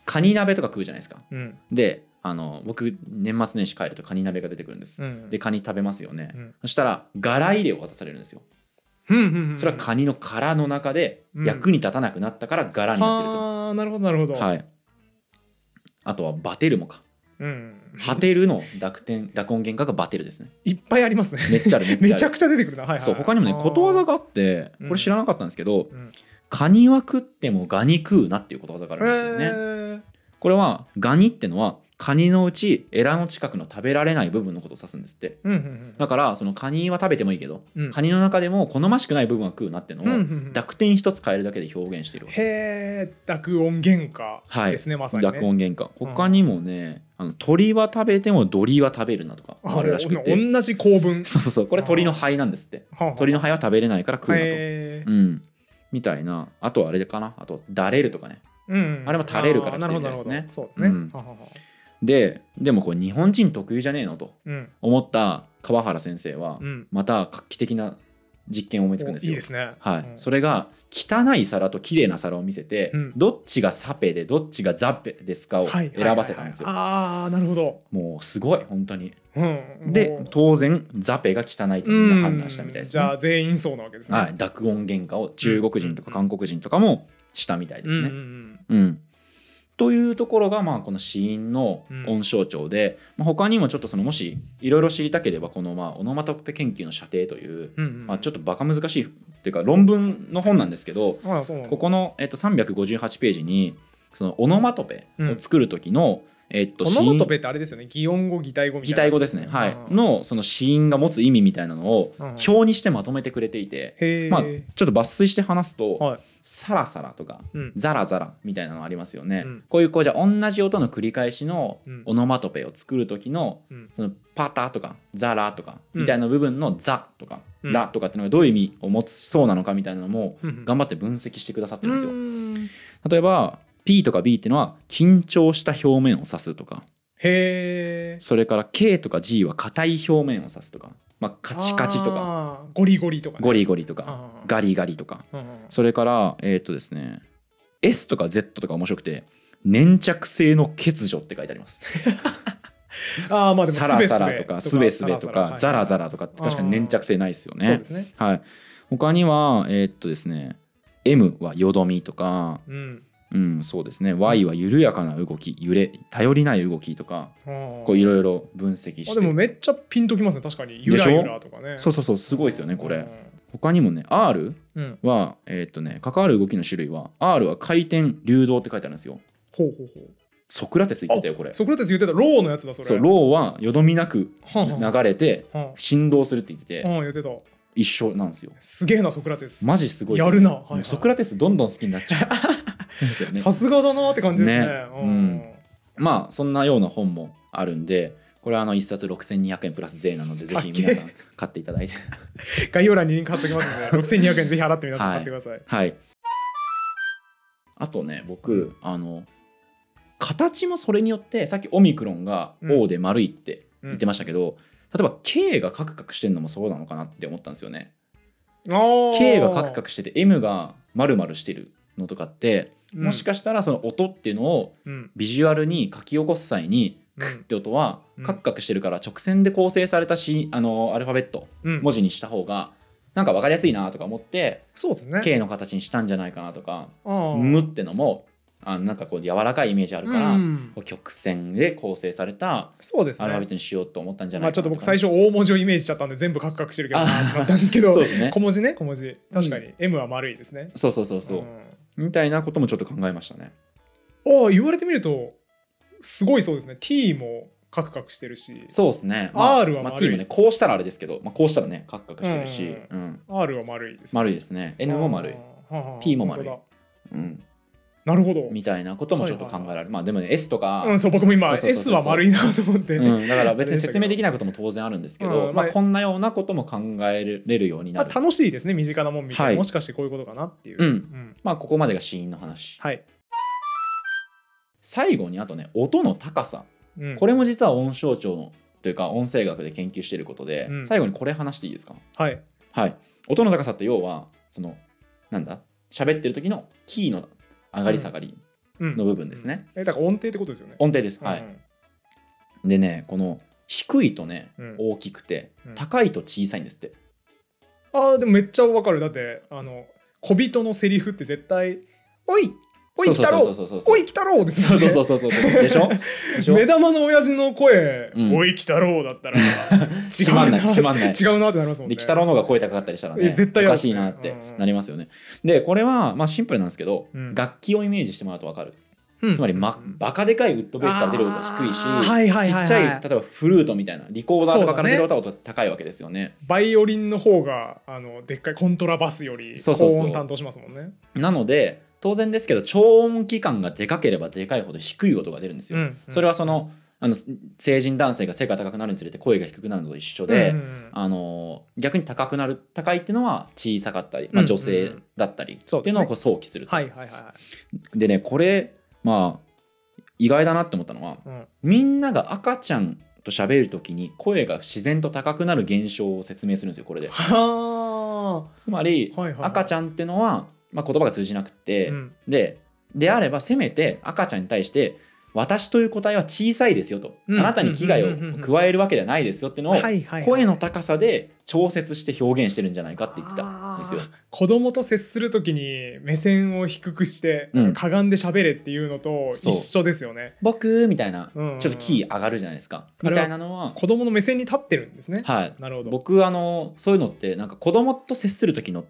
Speaker 2: カニ鍋とか食うじゃないですか
Speaker 1: どうん
Speaker 2: であの僕年末年始帰るとカニ鍋が出てくるんです、
Speaker 1: うん
Speaker 2: でカニ食べますよね、
Speaker 1: うん
Speaker 2: そしたら柄入れを渡されるんですよ
Speaker 1: うんうんうん
Speaker 2: それはカニの殻の中で
Speaker 1: うん
Speaker 2: 役に立たなくなったから柄になってると、
Speaker 1: はあなるほどなるほど、
Speaker 2: はいあとはバテルもか
Speaker 1: うん、
Speaker 2: ハ テルの濁点濁音原価がバテルですね
Speaker 1: いっぱいありますね
Speaker 2: めっちゃあるめっち
Speaker 1: め
Speaker 2: ゃある
Speaker 1: ちゃくちゃ出てくるな、はいはいはい、
Speaker 2: そう他にもねことわ
Speaker 1: が
Speaker 2: ざがあって
Speaker 1: うん
Speaker 2: これ知らなかったんですけど、
Speaker 1: うん
Speaker 2: カニは食ってもガニ食うなっていうことわざがあ
Speaker 1: あ
Speaker 2: るんですよね、これはガニってのはカニのうちエラの近くの食べられない部分のことを指すんですって
Speaker 1: うんうん
Speaker 2: だからそのカニは食べてもいいけど、
Speaker 1: うん
Speaker 2: カニの中でも好ましくない部分は食うなっての
Speaker 1: うんうんう
Speaker 2: を
Speaker 1: ん
Speaker 2: 濁点一つ変えるだけで表現しているわけです、
Speaker 1: へえ濁音原価ですね、まさに、ね、
Speaker 2: 濁音原価他にもね、あの鳥は食べても鳥は食べるなとかあ
Speaker 1: あ
Speaker 2: る
Speaker 1: れ
Speaker 2: らしくて
Speaker 1: 同じ構文
Speaker 2: そうそうそうこれ鳥の肺なんですって鳥の肺は食べれないから食うなと、
Speaker 1: へー
Speaker 2: うんみたいなあとはあれかなあと「だれる」とかね
Speaker 1: うん
Speaker 2: あれも垂れるから来てるみたい
Speaker 1: あーな
Speaker 2: で
Speaker 1: るほどなるほど
Speaker 2: すね
Speaker 1: そうですね、
Speaker 2: うん
Speaker 1: ははは
Speaker 2: ででもこれ日本人特有じゃねえのと
Speaker 1: うん
Speaker 2: 思った川原先生は
Speaker 1: うん
Speaker 2: また画期的な実験を思いつくんです
Speaker 1: おい
Speaker 2: よ。
Speaker 1: いですね
Speaker 2: はい
Speaker 1: うん
Speaker 2: それが汚い皿と綺麗な皿を見せて、
Speaker 1: うん
Speaker 2: どっちがサペでどっちがザペですかを
Speaker 1: はい
Speaker 2: 選ばせたんですよ。
Speaker 1: はいはいはいああなるほど
Speaker 2: もうすごい本当に
Speaker 1: うん、も
Speaker 2: で
Speaker 1: う
Speaker 2: 当然ザペが汚いとみんな判断したみたいですね
Speaker 1: うんじゃあ全員そうなわけですね。
Speaker 2: はい、濁音喧嘩を中国人とか韓国人とかもしたみたいで
Speaker 1: うん
Speaker 2: す
Speaker 1: うん
Speaker 2: ね
Speaker 1: う。ん
Speaker 2: うんというところがまあこの死因の音象徴で、まあ、他にもちょっとそのもしいろいろ知りたければこのまあオノマトペ研究の射程という、
Speaker 1: うんうん
Speaker 2: まあ、ちょっとバカ難しいっていうか論文の本なんですけど
Speaker 1: あそうなんだ
Speaker 2: ここの、えっと、358ページにそのオノマトペを作る時の、えっと、
Speaker 1: オノマトペってあれですよね擬音語擬態語みた
Speaker 2: 擬
Speaker 1: いなや
Speaker 2: 態
Speaker 1: つ
Speaker 2: 語ですね、はい
Speaker 1: うん、
Speaker 2: のその死因が持つ意味みたいなのを
Speaker 1: うん
Speaker 2: 表にしてまとめてくれていて、
Speaker 1: へえ、
Speaker 2: まあ、ちょっと抜粋して話すと、
Speaker 1: はい
Speaker 2: サラサラとか
Speaker 1: うん
Speaker 2: ザラザラみたいなのありますよね、
Speaker 1: うん
Speaker 2: こういうこうじゃあ同じ音の繰り返しの
Speaker 1: うん
Speaker 2: オノマトペを作る時の、
Speaker 1: うん
Speaker 2: そのパタとかザラとか
Speaker 1: うん
Speaker 2: みたいな部分のザとか、
Speaker 1: うん
Speaker 2: ラとかっていうのがどういう意味を持つそうなのかみたいなのも
Speaker 1: うんうん
Speaker 2: 頑張って分析してくださって
Speaker 1: う
Speaker 2: るんですよ。
Speaker 1: ーん
Speaker 2: 例えば P とか B っていうのは緊張した表面を指すとか
Speaker 1: へえ
Speaker 2: それから K とか G は硬い表面を指すとか、まあ、カチカチとか
Speaker 1: かゴリゴリとかね、
Speaker 2: ゴリゴリとか
Speaker 1: あー
Speaker 2: ガリガリとか
Speaker 1: うんうん
Speaker 2: それからえーっとですね S とか Z とか面白くて粘着性の欠如って書いてあります。
Speaker 1: あーまあでも
Speaker 2: サ
Speaker 1: すべすべ
Speaker 2: ラサラとかすべすべとかザラザラとかって確かに粘着性ないですよ
Speaker 1: そう
Speaker 2: ね
Speaker 1: で。すね
Speaker 2: はい、他にはえーっとですね M はよどみとか、
Speaker 1: うん
Speaker 2: うん、そうですね Y は緩やかな動き揺れ頼りない動きとか
Speaker 1: こ
Speaker 2: こういろいろ分析して
Speaker 1: あでもめっちゃピンときますね確かにゆらゆらとかね
Speaker 2: そ
Speaker 1: う
Speaker 2: うそうそうすごいですよねこれ他にもね R
Speaker 1: うん、うん
Speaker 2: はえーっとね関わる動きの種類は R は回転流動って書いてあるんですよ
Speaker 1: ほうほうほう
Speaker 2: ソクラテス言ってたよこれそ
Speaker 1: ソクラテス言ってたローのやつだそれ
Speaker 2: うローはよどみなく
Speaker 1: はんはん
Speaker 2: 流れて
Speaker 1: はん
Speaker 2: 振動するって言って
Speaker 1: う
Speaker 2: て
Speaker 1: ん言ってた
Speaker 2: 一緒なんですよ
Speaker 1: すげえなソクラテス
Speaker 2: マジすごいです
Speaker 1: や
Speaker 2: よ
Speaker 1: るな、はいはい
Speaker 2: もうソクラテスどんどん好きになっちゃ うですよね
Speaker 1: さすがだなって感じですね
Speaker 2: ねまあそんなような本もあるんでこれはあの1冊6200円プラス税なのでぜひ皆さん買っていただいて
Speaker 1: うん概要欄にリンク貼っておきますので6200円ぜひ払って皆さん
Speaker 2: はい
Speaker 1: 買ってください、
Speaker 2: はいあとね僕あの形もそれによってさっきオミクロンが
Speaker 1: うん
Speaker 2: O で丸いって
Speaker 1: うん
Speaker 2: 言ってましたけど、例えば K がカクカクしてるのもそうなのかなって思ったんですよね
Speaker 1: あー
Speaker 2: K がカクカクしてて M が丸々してるのとかってもし
Speaker 1: か、
Speaker 2: かしたらその音っていうのを
Speaker 1: うん
Speaker 2: ビジュアルに書き起こす際にクッって音は
Speaker 1: うん
Speaker 2: カクカクしてるから直線で構成されたしあのアルファベット
Speaker 1: うん、
Speaker 2: 文字にした方がなんか分かりやすいなとか思って
Speaker 1: そうですね
Speaker 2: K の形にしたんじゃないかなとか
Speaker 1: あー
Speaker 2: むってのもあなんかこう柔らかいイメージあるから、
Speaker 1: うん
Speaker 2: こう曲線で構成された
Speaker 1: そうです
Speaker 2: アルファ
Speaker 1: ね
Speaker 2: ベットにしようと思ったんじゃな
Speaker 1: ま
Speaker 2: い
Speaker 1: あち
Speaker 2: か
Speaker 1: ょ
Speaker 2: な
Speaker 1: っ
Speaker 2: と
Speaker 1: と
Speaker 2: か
Speaker 1: 僕最初大文字をイメージしちゃったんで全部カクカクしてるけどなーってなったんですけ
Speaker 2: そう
Speaker 1: ど
Speaker 2: ですね
Speaker 1: 小文字ね小文字確かに M は丸いですね
Speaker 2: そうそうそうそう、
Speaker 1: ん
Speaker 2: みたいなこともちょっと考えましたね
Speaker 1: ああ言われてみるとすごいそうですね T もカクカクしてるし
Speaker 2: そうですね、
Speaker 1: R は
Speaker 2: まあ、
Speaker 1: 丸い
Speaker 2: T もねこうしたらあれですけど、まあ、こうしたらねカクカクしてるし、
Speaker 1: う
Speaker 2: うん
Speaker 1: R は丸いですね
Speaker 2: 丸いですね N も丸い、
Speaker 1: あーはあはあ
Speaker 2: P も丸い
Speaker 1: 本
Speaker 2: うん、
Speaker 1: 当だなるほど
Speaker 2: みたいなこともちょっと考えられる、まあでもね S とか、
Speaker 1: うんそう僕も今
Speaker 2: そうそうそうそう
Speaker 1: S は丸いなと思って、
Speaker 2: うんだから別 に説明できないことも当然あるんですけど、
Speaker 1: うんま
Speaker 2: まあ、
Speaker 1: あ
Speaker 2: こんなようなことも考えれるようにな
Speaker 1: まあ、
Speaker 2: る、
Speaker 1: 楽しいですね身近なもんみたいな、
Speaker 2: はい
Speaker 1: もしかしてこういうことかなっていう、
Speaker 2: うんまあ、ここまでが死因の話
Speaker 1: はい、
Speaker 2: 最後にあとね音の高さ
Speaker 1: うん、
Speaker 2: これも実は音象徴のというか音声学で研究していることで、
Speaker 1: うん
Speaker 2: 最後にこれ話していいですか
Speaker 1: はい
Speaker 2: はい音の高さって要はそのなんだ喋ってる時のキーの上がり下がり
Speaker 1: うん
Speaker 2: の部分ですね、
Speaker 1: えだから音程ってことですよね
Speaker 2: 音程です、はいでねこの低いとね
Speaker 1: うん
Speaker 2: 大きくて、
Speaker 1: うん
Speaker 2: 高いと小さいんですって
Speaker 1: ああーでもめっちゃわかるだってあの小人のセリフって絶対「おいおい
Speaker 2: そう
Speaker 1: 来
Speaker 2: そう
Speaker 1: た
Speaker 2: そう
Speaker 1: ろ
Speaker 2: そうそうそう
Speaker 1: おい来たろ」です
Speaker 2: そ
Speaker 1: よ
Speaker 2: う
Speaker 1: ね
Speaker 2: そうそうそうそう でしょでしょ
Speaker 1: 目玉の親父の声「
Speaker 2: うん
Speaker 1: おい来たろう」だったら
Speaker 2: 閉まんない閉まんない
Speaker 1: 違うなってなりますもん
Speaker 2: で
Speaker 1: ね
Speaker 2: 北郎の方が声高かったりしたらね
Speaker 1: え絶対
Speaker 2: お
Speaker 1: や
Speaker 2: か
Speaker 1: るっす
Speaker 2: しい
Speaker 1: ね
Speaker 2: なって
Speaker 1: うん
Speaker 2: なりますよね。でこれはまあシンプルなんですけど、
Speaker 1: うん
Speaker 2: 楽器をイメージしてもらうと分かる、
Speaker 1: うん
Speaker 2: つまり、ま、バカでかいウッドベースから出る音は低いし、
Speaker 1: あーはいはいはいはい
Speaker 2: ちっちゃい例えばフルートみたいなリコーダーとかから出る音は音が高いわけですよね。
Speaker 1: バイオリンの方があのでっかいコントラバスより
Speaker 2: そ
Speaker 1: 高
Speaker 2: うそうそう
Speaker 1: 音担当しますもんね。
Speaker 2: なので当然ですけど超音期間がでかければでかいほど低い音が出るんですよ。それ
Speaker 1: は
Speaker 2: はそのあの成人男性が背が高くなるにつれて声が低くなるのと一緒で。あの逆に高くなる高いっていうのは小さかったり、ま
Speaker 1: う
Speaker 2: あ、
Speaker 1: ん
Speaker 2: 女性だったりって
Speaker 1: そう
Speaker 2: い
Speaker 1: で
Speaker 2: う
Speaker 1: す
Speaker 2: の
Speaker 1: ね
Speaker 2: をこう想起すると
Speaker 1: はいはいは。
Speaker 2: でねこれまあ意外だなって思ったのはい
Speaker 1: うん
Speaker 2: みんなが赤ちゃんと喋る時に声が自然と高くなる現象を説明するんですよこれで
Speaker 1: は
Speaker 2: つまり、
Speaker 1: はいはいはい
Speaker 2: 赤ちゃんってのは、まあ、言葉が通じなく
Speaker 1: あ
Speaker 2: て、
Speaker 1: うん
Speaker 2: でであればせめて赤ちゃんに対して私という個体は小さいですよと、
Speaker 1: うん
Speaker 2: あなたに危害を
Speaker 1: うんうんうんうん
Speaker 2: 加えるわけではないですよっていうのを
Speaker 1: いは
Speaker 2: 声の高さで調節して表現してるんじゃないかって言ってたんですよ
Speaker 1: あー。子供と接するときに目線を低くして、
Speaker 2: うん
Speaker 1: かがんで喋れっていうのと
Speaker 2: そう
Speaker 1: 一緒ですよね
Speaker 2: 僕みたいな
Speaker 1: うんうん
Speaker 2: ちょっとキー上がるじゃないですか
Speaker 1: あれは
Speaker 2: みたいなのは
Speaker 1: 子供の目線に立ってるんですね、
Speaker 2: はい
Speaker 1: なるほど
Speaker 2: 僕あのそういうのってなんか子供と接する時の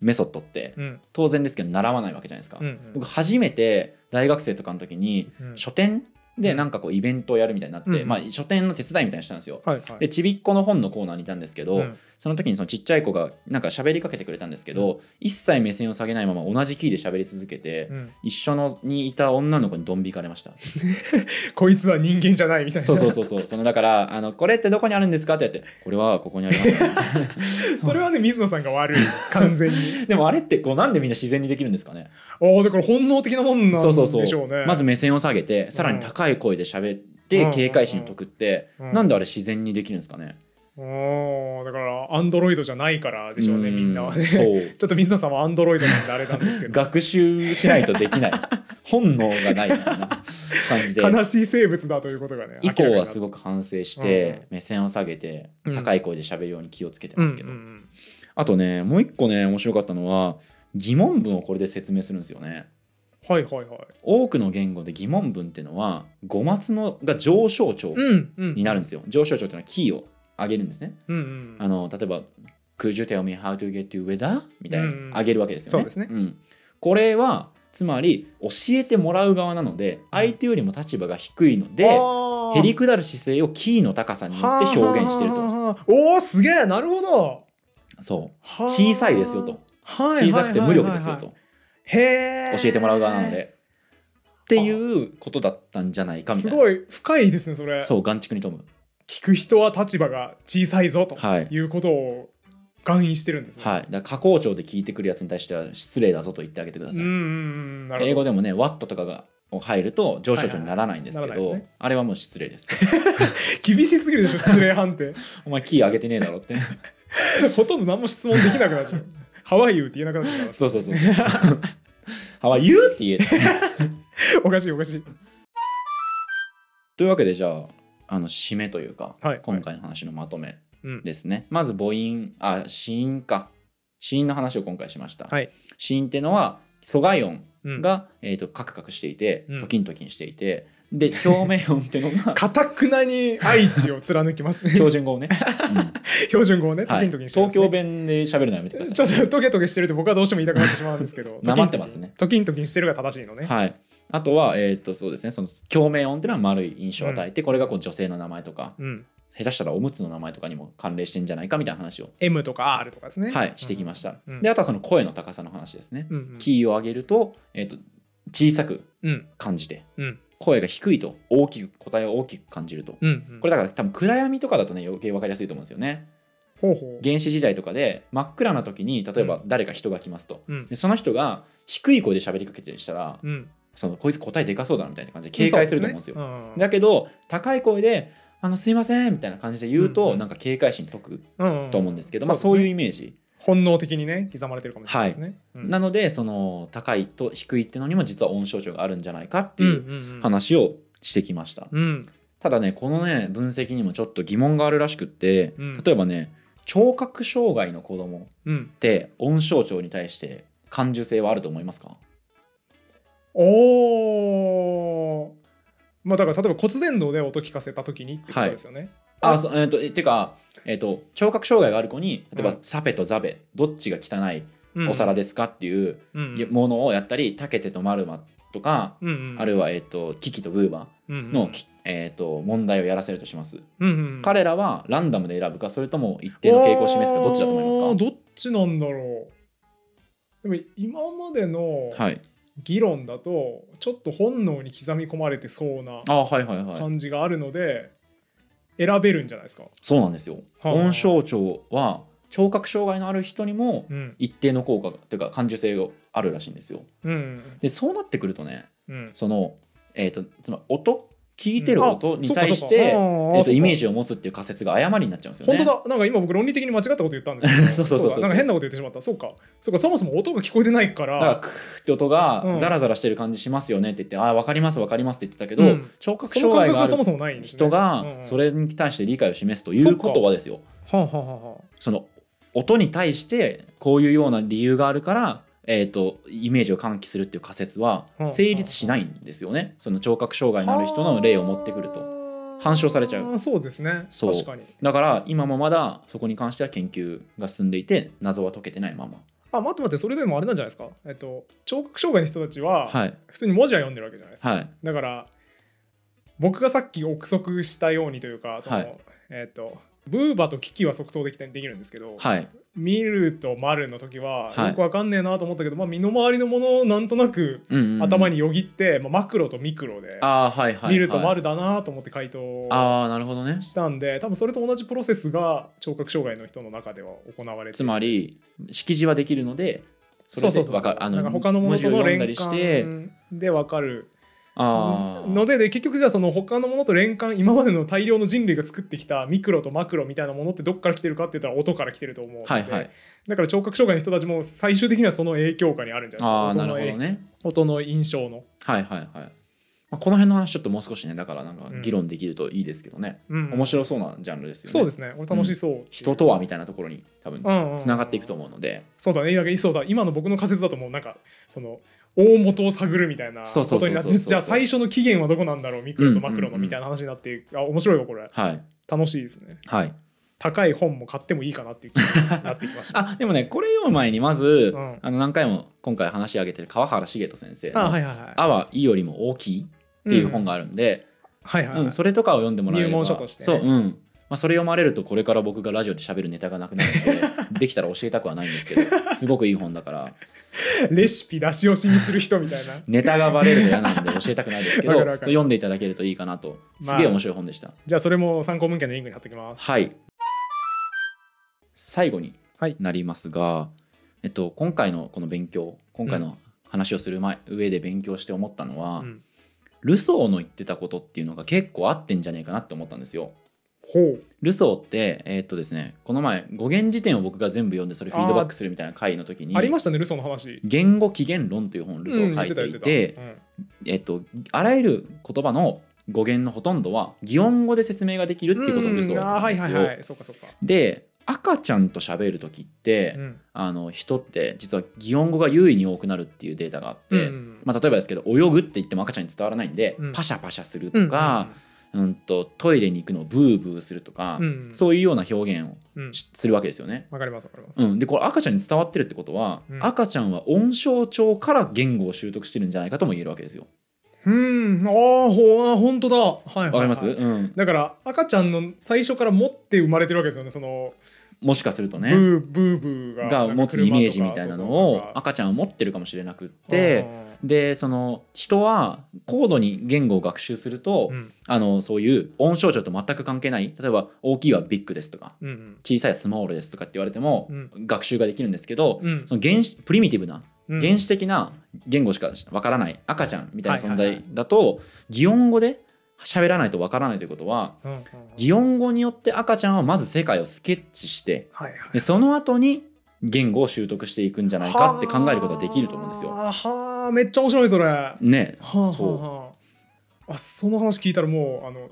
Speaker 2: メソッドって
Speaker 1: うん
Speaker 2: 当然ですけど習わないわけじゃないですか
Speaker 1: うんうん
Speaker 2: 僕初めて大学生とかの時に
Speaker 1: うん
Speaker 2: 書店でなんかこうイベントをやるみたいになっ
Speaker 1: うんう
Speaker 2: て
Speaker 1: ん
Speaker 2: まあ書店の手伝いみたいにしたんですよ
Speaker 1: はいはい
Speaker 2: でちびっこの本のコーナーにいたんですけ
Speaker 1: う
Speaker 2: ど
Speaker 1: ん
Speaker 2: その時にそのちっちゃい子がなんか喋りかけてくれたんですけど一切目線を下げないまま同じキーで喋り続けて
Speaker 1: うん
Speaker 2: 一緒のにいた女の子にドン引かれ ました
Speaker 1: こいつは人間じゃないみたいな
Speaker 2: そうそうそうそうそのだからあのこれってどこにあるんですかってやってこれはここにあります、 ね、
Speaker 1: それはね水野さんが悪いです完全に
Speaker 2: でもあれってこうなんでみんな自然にできるんですかね
Speaker 1: ああだから本能的なもんなん
Speaker 2: そう
Speaker 1: でし
Speaker 2: そ
Speaker 1: ょうね
Speaker 2: うそうまず目線を下げてさらに高い声で喋っ
Speaker 1: う
Speaker 2: て、
Speaker 1: ん
Speaker 2: 警戒心を解くって、
Speaker 1: うん
Speaker 2: なんであれ自然にできるんですかね
Speaker 1: おーだからアンドロイドじゃないからでしょうね
Speaker 2: ん
Speaker 1: みんなはね
Speaker 2: そう
Speaker 1: ちょっと水野さんはアンドロイドなんであれなんですけど
Speaker 2: 学習しないとできない本能がないみたいな感じで
Speaker 1: 悲しい生物だということがね
Speaker 2: 以降はす
Speaker 1: い
Speaker 2: ごく反省し
Speaker 1: うん
Speaker 2: て、目線を下げて
Speaker 1: うん
Speaker 2: 高い声で喋るように気をつけてますけど、
Speaker 1: うんうんうん
Speaker 2: あとねもう一個ね面白かったのは疑問文をこれで説明するんですよね
Speaker 1: はいはいはい
Speaker 2: 多くの言語で疑問文っていうのは語末のが上昇調
Speaker 1: うんうん
Speaker 2: になるんですよ、上昇調っていうのはキーを上げるんですね、
Speaker 1: うんうん
Speaker 2: あの例えば「Could you tell me how to get to weather?」みたいな、
Speaker 1: うん
Speaker 2: 上げるわけですよね
Speaker 1: そうですね
Speaker 2: んこれはつまり教えてもらう側なので相手よりも立場が低いので、
Speaker 1: あー
Speaker 2: へりくだる姿勢をキーの高さによって表現してる
Speaker 1: はあ
Speaker 2: と
Speaker 1: はあはあおおすげえなるほど
Speaker 2: そう
Speaker 1: はあ
Speaker 2: 小さいですよと
Speaker 1: はい
Speaker 2: 小さくて無力ですよ
Speaker 1: はい
Speaker 2: と
Speaker 1: はいはいはいへえ
Speaker 2: 教えてもらう側なのでっていうことだったんじゃないかみた
Speaker 1: す
Speaker 2: いな
Speaker 1: ごい深いですねそれ
Speaker 2: そう眼畜に富む
Speaker 1: 聞く人は立場が小さいぞと
Speaker 2: はい
Speaker 1: いうことを含意してるんですね
Speaker 2: はい、だから加工調で聞いてくるやつに対しては失礼だぞと言ってあげてく
Speaker 1: う
Speaker 2: だ
Speaker 1: ん
Speaker 2: さ
Speaker 1: う
Speaker 2: い。
Speaker 1: んうんなるほど
Speaker 2: 英語でもね、What とかが入ると上昇調にならないんですけ
Speaker 1: はいはいはい
Speaker 2: ど、
Speaker 1: ならないで
Speaker 2: あれはもう失礼 です。
Speaker 1: 厳しすぎるでしょ失礼判定
Speaker 2: お前キー上げてねえだろって。
Speaker 1: ほとんど何も質問できなくなっちゃうハワイユーって言えなくなっちゃう
Speaker 2: そうそうそう。ハワイ you って言 えた。
Speaker 1: おかしいおかしい
Speaker 2: というわけでじゃあ、あの締めというか、
Speaker 1: はい
Speaker 2: 今回の話のまとめ
Speaker 1: うん
Speaker 2: ですね。まず母音、あ、子音か。子音の話を今回しました。
Speaker 1: はい
Speaker 2: 子音ってのは阻害音
Speaker 1: うん
Speaker 2: が、えー、とカクカクしていて
Speaker 1: うん、
Speaker 2: トキントキンしていて、で、共鳴音ってのが
Speaker 1: かたくなに愛知を貫きますね
Speaker 2: 標準語をね。うん
Speaker 1: 標準語をね
Speaker 2: は
Speaker 1: 時
Speaker 2: い、
Speaker 1: 々にしてま
Speaker 2: 東
Speaker 1: すね
Speaker 2: 京弁で喋るのやめてください。
Speaker 1: ちょっとトゲトゲしてると僕はどうしても言いたくなってしまうんですけ ど
Speaker 2: なまってますね
Speaker 1: トキントキンしてるが正しいのね、
Speaker 2: はい、あとは、えーっとそうですね、その共鳴音っていうのは丸い印象を与えて、これがこう女性の名前とか、
Speaker 1: うん、
Speaker 2: 下手したらおむつの名前とかにも関連してんじゃないかみたいな話を、
Speaker 1: M とか R とかですね
Speaker 2: はい、してきました。
Speaker 1: うん
Speaker 2: で、あとはその声の高さの話ですね。
Speaker 1: うんうん
Speaker 2: キーを上げると,、えーっと小さく
Speaker 1: うん
Speaker 2: 感じて、
Speaker 1: うん
Speaker 2: 声が低いと大きく答えを大きく感じると。
Speaker 1: うんうん
Speaker 2: これだから多分暗闇とかだとね余計分かりやすいと思うんですよね。
Speaker 1: ほうほう
Speaker 2: 原始時代とかで真っ暗な時に例えば誰か人が来ますと、
Speaker 1: うん
Speaker 2: でその人が低い声で喋りかけてしたら、
Speaker 1: うん
Speaker 2: そのこいつ答えでかそうだなみたいな感じで警戒すると思うんですよ。
Speaker 1: そうね
Speaker 2: だけど高い声で「あのすいません」みたいな感じで言うと、
Speaker 1: うんうん
Speaker 2: なんか警戒心解く
Speaker 1: うんうん
Speaker 2: と思うんですけど、
Speaker 1: うん
Speaker 2: まあ、
Speaker 1: そう
Speaker 2: そう
Speaker 1: ですね
Speaker 2: いうイメージ、
Speaker 1: 本能的にね刻まれてるかもしれないですね、うん
Speaker 2: なのでその高いと低いってのにも実は音象徴があるんじゃないかってい
Speaker 1: う
Speaker 2: う
Speaker 1: んうんうん
Speaker 2: 話をしてきました、
Speaker 1: うん
Speaker 2: ただねこのね分析にもちょっと疑問があるらしくって、
Speaker 1: うん
Speaker 2: 例えばね聴覚障害の子供
Speaker 1: うん
Speaker 2: って音象徴に対して感受性はあると思いますか
Speaker 1: おーまあだから例えば骨伝導で音聞かせた時にってことですよね、
Speaker 2: あそうえっ、とえてか、えっと聴覚障害がある子に例えば、
Speaker 1: うん
Speaker 2: サペとザベどっちが汚い
Speaker 1: うん
Speaker 2: お皿ですかっていう
Speaker 1: うんうん
Speaker 2: ものをやったり、タケテとマルマとか、
Speaker 1: うんうん
Speaker 2: あるいは、えっとキキとブーバーの、きえっと問題をやらせるとします、
Speaker 1: うんうんうん
Speaker 2: 彼らはランダムで選ぶかそれとも一定の傾向を示すかどっちだと思います
Speaker 1: あー
Speaker 2: か
Speaker 1: どっちなんだろうでも今までの
Speaker 2: はい
Speaker 1: 議論だとちょっと本能に刻み込まれてそうな
Speaker 2: あーはいはいはい
Speaker 1: 感じがあるので選べるんじゃないですか。
Speaker 2: そうなんですよ、
Speaker 1: はあ
Speaker 2: 音象徴は聴覚障害のある人にも
Speaker 1: うん
Speaker 2: 一定の効果がというか感受性があるらしいんですよ
Speaker 1: うん
Speaker 2: でそうなってくるとね
Speaker 1: うん
Speaker 2: その、えー、とつまり音聞いてる音に対して、
Speaker 1: あそうかそうかあー
Speaker 2: え
Speaker 1: あ
Speaker 2: っと
Speaker 1: そうか
Speaker 2: イメージを持つっていう仮説が誤りになっちゃうんですよ
Speaker 1: 本
Speaker 2: ね。
Speaker 1: 当だなんか今僕論理的に間違ったこと言ったんですけど
Speaker 2: そうそうそうそ
Speaker 1: だ
Speaker 2: う
Speaker 1: なんか変なこと言ってしまったそうかそうかそもそも音が聞こえてないから
Speaker 2: だからクーって音
Speaker 1: う
Speaker 2: が
Speaker 1: ん
Speaker 2: ザラザラしてる感じしますよねって言って、ああ分かります分かりますって言ってたけど、
Speaker 1: うん
Speaker 2: 聴覚
Speaker 1: その
Speaker 2: 障
Speaker 1: 感
Speaker 2: 害
Speaker 1: 覚
Speaker 2: があ
Speaker 1: がそも
Speaker 2: る
Speaker 1: そもないんですね
Speaker 2: 人が
Speaker 1: うん
Speaker 2: それに対して理解を示すということはですよ
Speaker 1: はあはあはあ
Speaker 2: その音に対してこういうような理由があるから、えー、とイメージを喚起するっていう仮説は
Speaker 1: うん
Speaker 2: 成立しないんですよねその聴覚障害のある人の例を持ってくると。
Speaker 1: と
Speaker 2: 反証されちゃう
Speaker 1: そうですね
Speaker 2: そう
Speaker 1: 確かに
Speaker 2: だから今もまだそこに関しては研究が進んでいて謎は解けてないまま。
Speaker 1: あ待って待ってそれでもあれなんじゃないですかえっと聴覚障害の人たちは
Speaker 2: はい、
Speaker 1: 普通に文字は読んでるわけじゃないですか
Speaker 2: はい、
Speaker 1: だから僕がさっき憶測したようにというかその、
Speaker 2: はい
Speaker 1: えっ、とブーバとキキは即答できたできるんですけど、
Speaker 2: はい、
Speaker 1: ミルとマルの時は
Speaker 2: はい
Speaker 1: よくわかんねえなと思ったけど、まあ、身の回りのものをなんとなく
Speaker 2: うんうんうん
Speaker 1: 頭によぎって、まあ、マクロとミクロで、
Speaker 2: あー、はいはいはい、
Speaker 1: ミルとマルだなと思って回答
Speaker 2: ああなるほどね
Speaker 1: したんで多分それと同じプロセスが聴覚障害の人の中では行われて
Speaker 2: つまり識字はできるので
Speaker 1: そうそう
Speaker 2: れ
Speaker 1: そ
Speaker 2: で
Speaker 1: う
Speaker 2: わかるあ
Speaker 1: なんか
Speaker 2: の
Speaker 1: 他のものとの
Speaker 2: 文字を読
Speaker 1: 連
Speaker 2: んだりして
Speaker 1: 関で分かる
Speaker 2: あー
Speaker 1: のでで結局じゃあその他のものと連関今までの大量の人類が作ってきたミクロとマクロみたいなものってどっから来てるかって言ったら音から来てると思うので、
Speaker 2: はいはい
Speaker 1: だから聴覚障害の人たちも最終的にはその影響下にあるんじゃ
Speaker 2: あ
Speaker 1: な
Speaker 2: あ
Speaker 1: い
Speaker 2: な
Speaker 1: ですか
Speaker 2: る
Speaker 1: 音の
Speaker 2: ほ
Speaker 1: 影音
Speaker 2: どね
Speaker 1: の印象の、
Speaker 2: はいはいはい、まあ、この辺の話ちょっともう少しねだからなんか
Speaker 1: うん
Speaker 2: 議論できるといいですけどね、
Speaker 1: うん
Speaker 2: 面白そうなジャンルですよね
Speaker 1: そうですね俺楽しそうっていう
Speaker 2: 人とはみたいなところに多分
Speaker 1: うんうんうん
Speaker 2: つながっていくと思うので、
Speaker 1: そうだねなんかそうだ今の僕の仮説だともうなんかその大元を探るみたいな
Speaker 2: そう
Speaker 1: こ
Speaker 2: そうそうそ
Speaker 1: とに
Speaker 2: う
Speaker 1: なってじゃあ最初の起源はどこなんだろうミクロとマクロ
Speaker 2: うんうんう
Speaker 1: の
Speaker 2: ん
Speaker 1: みたいな話になって、あ面白いわこれ
Speaker 2: はい
Speaker 1: 楽しいですね
Speaker 2: はい
Speaker 1: 高い本も買ってもいいかなっていう気になってきました
Speaker 2: あでもねこれ読む前にまず、
Speaker 1: うん
Speaker 2: あの何回も今回話し上げてる川原茂人先生の
Speaker 1: あはいはいはい
Speaker 2: あは「い」よりも大きい」っていう本があるんで、
Speaker 1: はいはい、はい
Speaker 2: うん、それとかを読んでもらえれば
Speaker 1: 入門書としてね
Speaker 2: そう、うんまあ、それ読まれるとこれから僕がラジオで喋るネタがなくなるので できたら教えたくはないんですけ どすごくいい本だから
Speaker 1: レシピ出し惜しにする人みたいな
Speaker 2: ネタがバレるの嫌なんで教えたくないですけど
Speaker 1: わ
Speaker 2: そ
Speaker 1: か
Speaker 2: う
Speaker 1: るわかる
Speaker 2: 読んでいただけるといいかなとすげえ面白い本でした、
Speaker 1: じゃあそれも参考文献のリンクに貼っておきます
Speaker 2: はい最後に
Speaker 1: はい
Speaker 2: なりますが、えっと、今回のこの勉強今回の話をする前、上で勉強して思ったのは、
Speaker 1: うん
Speaker 2: ルソーの言ってたことっていうのが結構合ってんじゃねえかなって思ったんですよ。
Speaker 1: ほう
Speaker 2: ルソーって、えーっとですね、この前語源辞典を僕が全部読んでそれフィードバックするみたいな回の時に
Speaker 1: ありましたねルソーの話
Speaker 2: 言語起源論という本をルソーが書いていて、
Speaker 1: うん言って
Speaker 2: えーっとあらゆる言葉の語源のほとんどは擬音語で説明ができる
Speaker 1: た
Speaker 2: っ
Speaker 1: 言
Speaker 2: て
Speaker 1: って
Speaker 2: い
Speaker 1: たうん
Speaker 2: うことをルソー
Speaker 1: うんあ
Speaker 2: は
Speaker 1: ー
Speaker 2: 言
Speaker 1: は
Speaker 2: って
Speaker 1: い
Speaker 2: た
Speaker 1: は
Speaker 2: ん
Speaker 1: い
Speaker 2: です
Speaker 1: はいそ
Speaker 2: よ。
Speaker 1: うかそうか、
Speaker 2: で赤ちゃんと喋る時って、
Speaker 1: うん
Speaker 2: あの人って実は擬音語が優位に多くなるっていうデータがあって、
Speaker 1: うん
Speaker 2: まあ、例えばですけど泳ぐって言っても赤ちゃんに伝わらないんで、
Speaker 1: うん
Speaker 2: パシャパシャするとか、うんとトイレに行くのをブーブーするとか、
Speaker 1: うんうんうん、
Speaker 2: そういうような表現を
Speaker 1: うん、うん
Speaker 2: しするわけですよね。
Speaker 1: わかりますわかります、
Speaker 2: うん、でこれ赤ちゃんに伝わってるってことは、
Speaker 1: うん
Speaker 2: 赤ちゃんは音象徴から言語を習得してるんじゃないかとも言えるわけですよ。
Speaker 1: うん、ああほあ本当だはいはい、はい、
Speaker 2: わかります、うん、
Speaker 1: だから赤ちゃんの最初から持って生まれてるわけですよねその
Speaker 2: もしかすると
Speaker 1: ブ
Speaker 2: ね
Speaker 1: ーブーブーが
Speaker 2: が持つイメージみたいなのを
Speaker 1: っ
Speaker 2: 赤ちゃんは持ってるかもしれなくってでその人は高度に言語を学習すると、
Speaker 1: うん
Speaker 2: あのそういう音象徴と全く関係ない例えば大きいはビッグですとか
Speaker 1: うんうん
Speaker 2: 小さいはスモールですとかって言われても、
Speaker 1: う
Speaker 2: 学習ができるんですけど、
Speaker 1: うん
Speaker 2: その原始プリミティブな
Speaker 1: うん
Speaker 2: 原始的な言語しかわからない赤ちゃんみたいな存
Speaker 1: はいはい
Speaker 2: 在だと擬音語で喋らないとわからないということは
Speaker 1: うんうんうん
Speaker 2: 擬音語によって赤ちゃんはまず世界をスケッチして
Speaker 1: はいはい
Speaker 2: でその後に言語を習得していくんじゃないかって考えることができると思うんですよ。
Speaker 1: はあはあめっちゃ面白いそれ。は
Speaker 2: ね
Speaker 1: あはあ
Speaker 2: そう
Speaker 1: はああその話聞いたらもうあの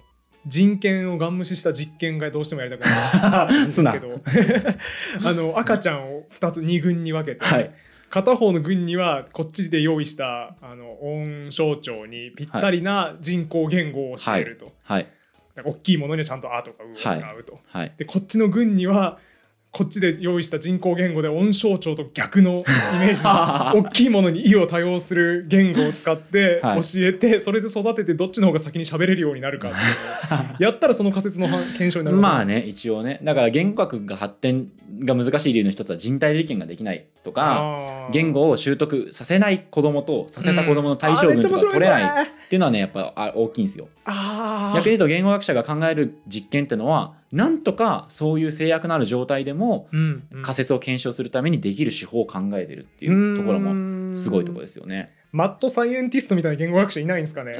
Speaker 1: 人権をガン無視した実験がどうしてもやりたくなるんですけ ど あの赤ちゃんを2つ2軍に分けて、
Speaker 2: はい
Speaker 1: 片方の軍にはこっちで用意したあの音象徴にぴったりな人工言語を教えると、
Speaker 2: はい
Speaker 1: だから大きいものにはちゃんと「あ」とか「う」を使うと、
Speaker 2: はい
Speaker 1: でこっちの軍にはこっちで用意した人工言語で音象徴と逆 のイメージの大きいものに意を多用する言語を使って
Speaker 2: はい
Speaker 1: 教えて、それで育ててどっちの方が先に喋れるようになるかっていうの をやったらその仮説の反検証になり
Speaker 2: まあ
Speaker 1: ね。
Speaker 2: ね一応ねだから言語学が発展が難しい理由の一つは人体実験ができないとか
Speaker 1: あー
Speaker 2: 言語を習得させない子供とさせた子供の対象群とか取れ
Speaker 1: うんあ
Speaker 2: ない
Speaker 1: めっち
Speaker 2: っ
Speaker 1: ゃ面白いそれ
Speaker 2: ていうのはねやっぱあ大きいんですよ。
Speaker 1: あー
Speaker 2: 逆に言うと言語学者が考える実験ってのはなんとかそういう制約のある状態でも
Speaker 1: うんうん
Speaker 2: 仮説を検証するためにできる手法を考えてるっていうところもすごいところですよね。
Speaker 1: マットサイエンティストみたいな言語学者いないんですかね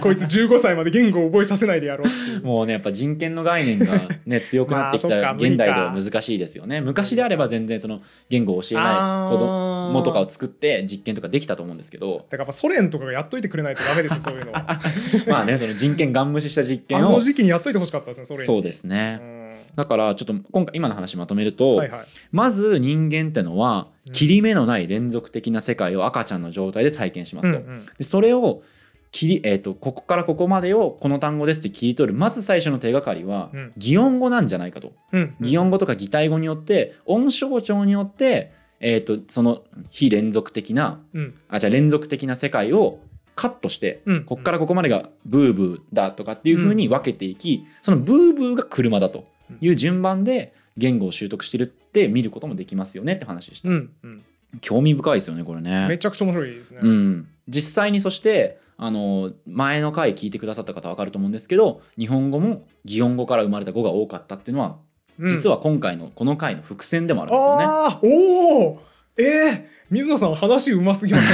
Speaker 1: こいつ15歳まで言語を覚えさせないでやろうっていう
Speaker 2: もうねやっぱ人権の概念が、ね、強くなってき
Speaker 1: まあそったか
Speaker 2: 現代では難しいですよね昔であれば全然その言語を教えない子供とかを作って実験とかできたと思うんです けど
Speaker 1: だからやっぱソ連とかがやっといてくれないとダメ ですよそういうのは
Speaker 2: まあねその人権ガン無視した実
Speaker 1: あ
Speaker 2: 験を
Speaker 1: の時期にやっといてほしかったですねそれに
Speaker 2: そうです
Speaker 1: う
Speaker 2: ね
Speaker 1: ん
Speaker 2: だからちょっと今回今の話まとめると、
Speaker 1: はいはい
Speaker 2: まず人間ってのは
Speaker 1: うん
Speaker 2: 切り目のない連続的な世界を赤ちゃんの状態で体験します
Speaker 1: うん
Speaker 2: と、
Speaker 1: うん
Speaker 2: でそれを切り、えー、とここからここまでをこの単語ですって切り取るまず最初の手がかりは、
Speaker 1: うん
Speaker 2: 擬音語なんじゃないかと
Speaker 1: うん
Speaker 2: 擬音語とか擬態語によって音象徴によって、えー、とその非連続的な
Speaker 1: うん
Speaker 2: あじゃあ連続的な世界をカットして、
Speaker 1: うん
Speaker 2: ここからここまでがブーブーだとかっていう風に分けていき、そのブーブーが車だという順番で言語を習得してるって見ることもできますよねって話でした、
Speaker 1: うんうん
Speaker 2: 興味深いですよねこれね
Speaker 1: めちゃくちゃ面白いですね
Speaker 2: うん、実際にそしてあの前の回聞いてくださった方分かると思うんですけど日本語も擬音語から生まれた語が多かったっていうのは、
Speaker 1: うん
Speaker 2: 実は今回のこの回の伏線でもあるんですよね。
Speaker 1: ああおおえー水野さん話う ますぎません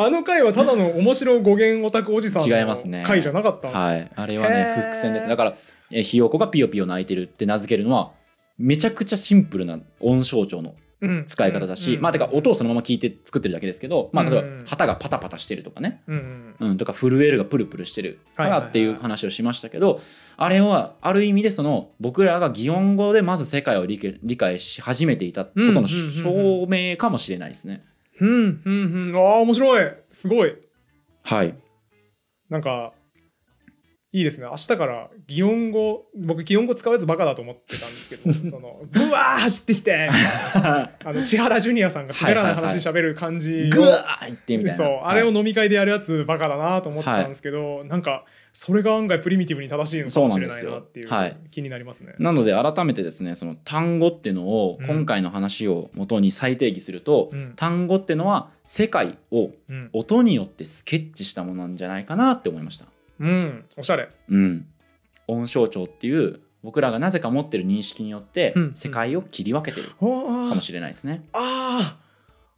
Speaker 1: あの回はただの面白語源オタクおじさん
Speaker 2: 違いますね
Speaker 1: の回じゃなかったんですね
Speaker 2: はい、あれはね
Speaker 1: へー
Speaker 2: 伏線ですだからえひよこがピヨピヨ泣いてるって名付けるのはめちゃくちゃシンプルな音象徴の
Speaker 1: うん
Speaker 2: 使い方だし、
Speaker 1: うん
Speaker 2: まあてか音をそのまま聞いて作ってるだけですけど、まあ、例え
Speaker 1: うん
Speaker 2: ば旗がパタパタしてるとかね、
Speaker 1: うんうん
Speaker 2: うん、とか震えるがプルプルしてるか
Speaker 1: はいはい
Speaker 2: ら
Speaker 1: はい
Speaker 2: っていう話をしましたけど、あれはある意味でその僕らが擬音語でまず世界を理解理解し始めていたこと
Speaker 1: うんうんうんう
Speaker 2: の
Speaker 1: ん
Speaker 2: 証明かもしれないですね。
Speaker 1: うんうんうんああ面白いすごい
Speaker 2: はい、
Speaker 1: なんかいいですね明日から擬音語僕擬音語使うやつバカだと思ってたんですけ どそのブワー走ってきてみたいなあの千原ジュニアさんが滑らない話しゃべる感じ
Speaker 2: グ
Speaker 1: を
Speaker 2: ワー言ってみたいな。
Speaker 1: そう
Speaker 2: はい
Speaker 1: あれを飲み会でやるやつバカだなと思ったんですけど、なんかそれが案外プリミティブに正しいのかもしれないなってい
Speaker 2: そうなんですよ
Speaker 1: う気になりますね。
Speaker 2: なので改めてですねその単語っていうのを
Speaker 1: うん
Speaker 2: 今回の話を元に再定義すると、
Speaker 1: うん
Speaker 2: 単語ってのは世界を
Speaker 1: うん、
Speaker 2: 音によってスケッチしたものなんじゃないかなって思いました。
Speaker 1: うん、おしゃれ。
Speaker 2: うん、音象徴っていう僕らがなぜか持ってる認識によって
Speaker 1: うん
Speaker 2: 世界を切り分けてるか
Speaker 1: あ
Speaker 2: もしれないですね。
Speaker 1: あ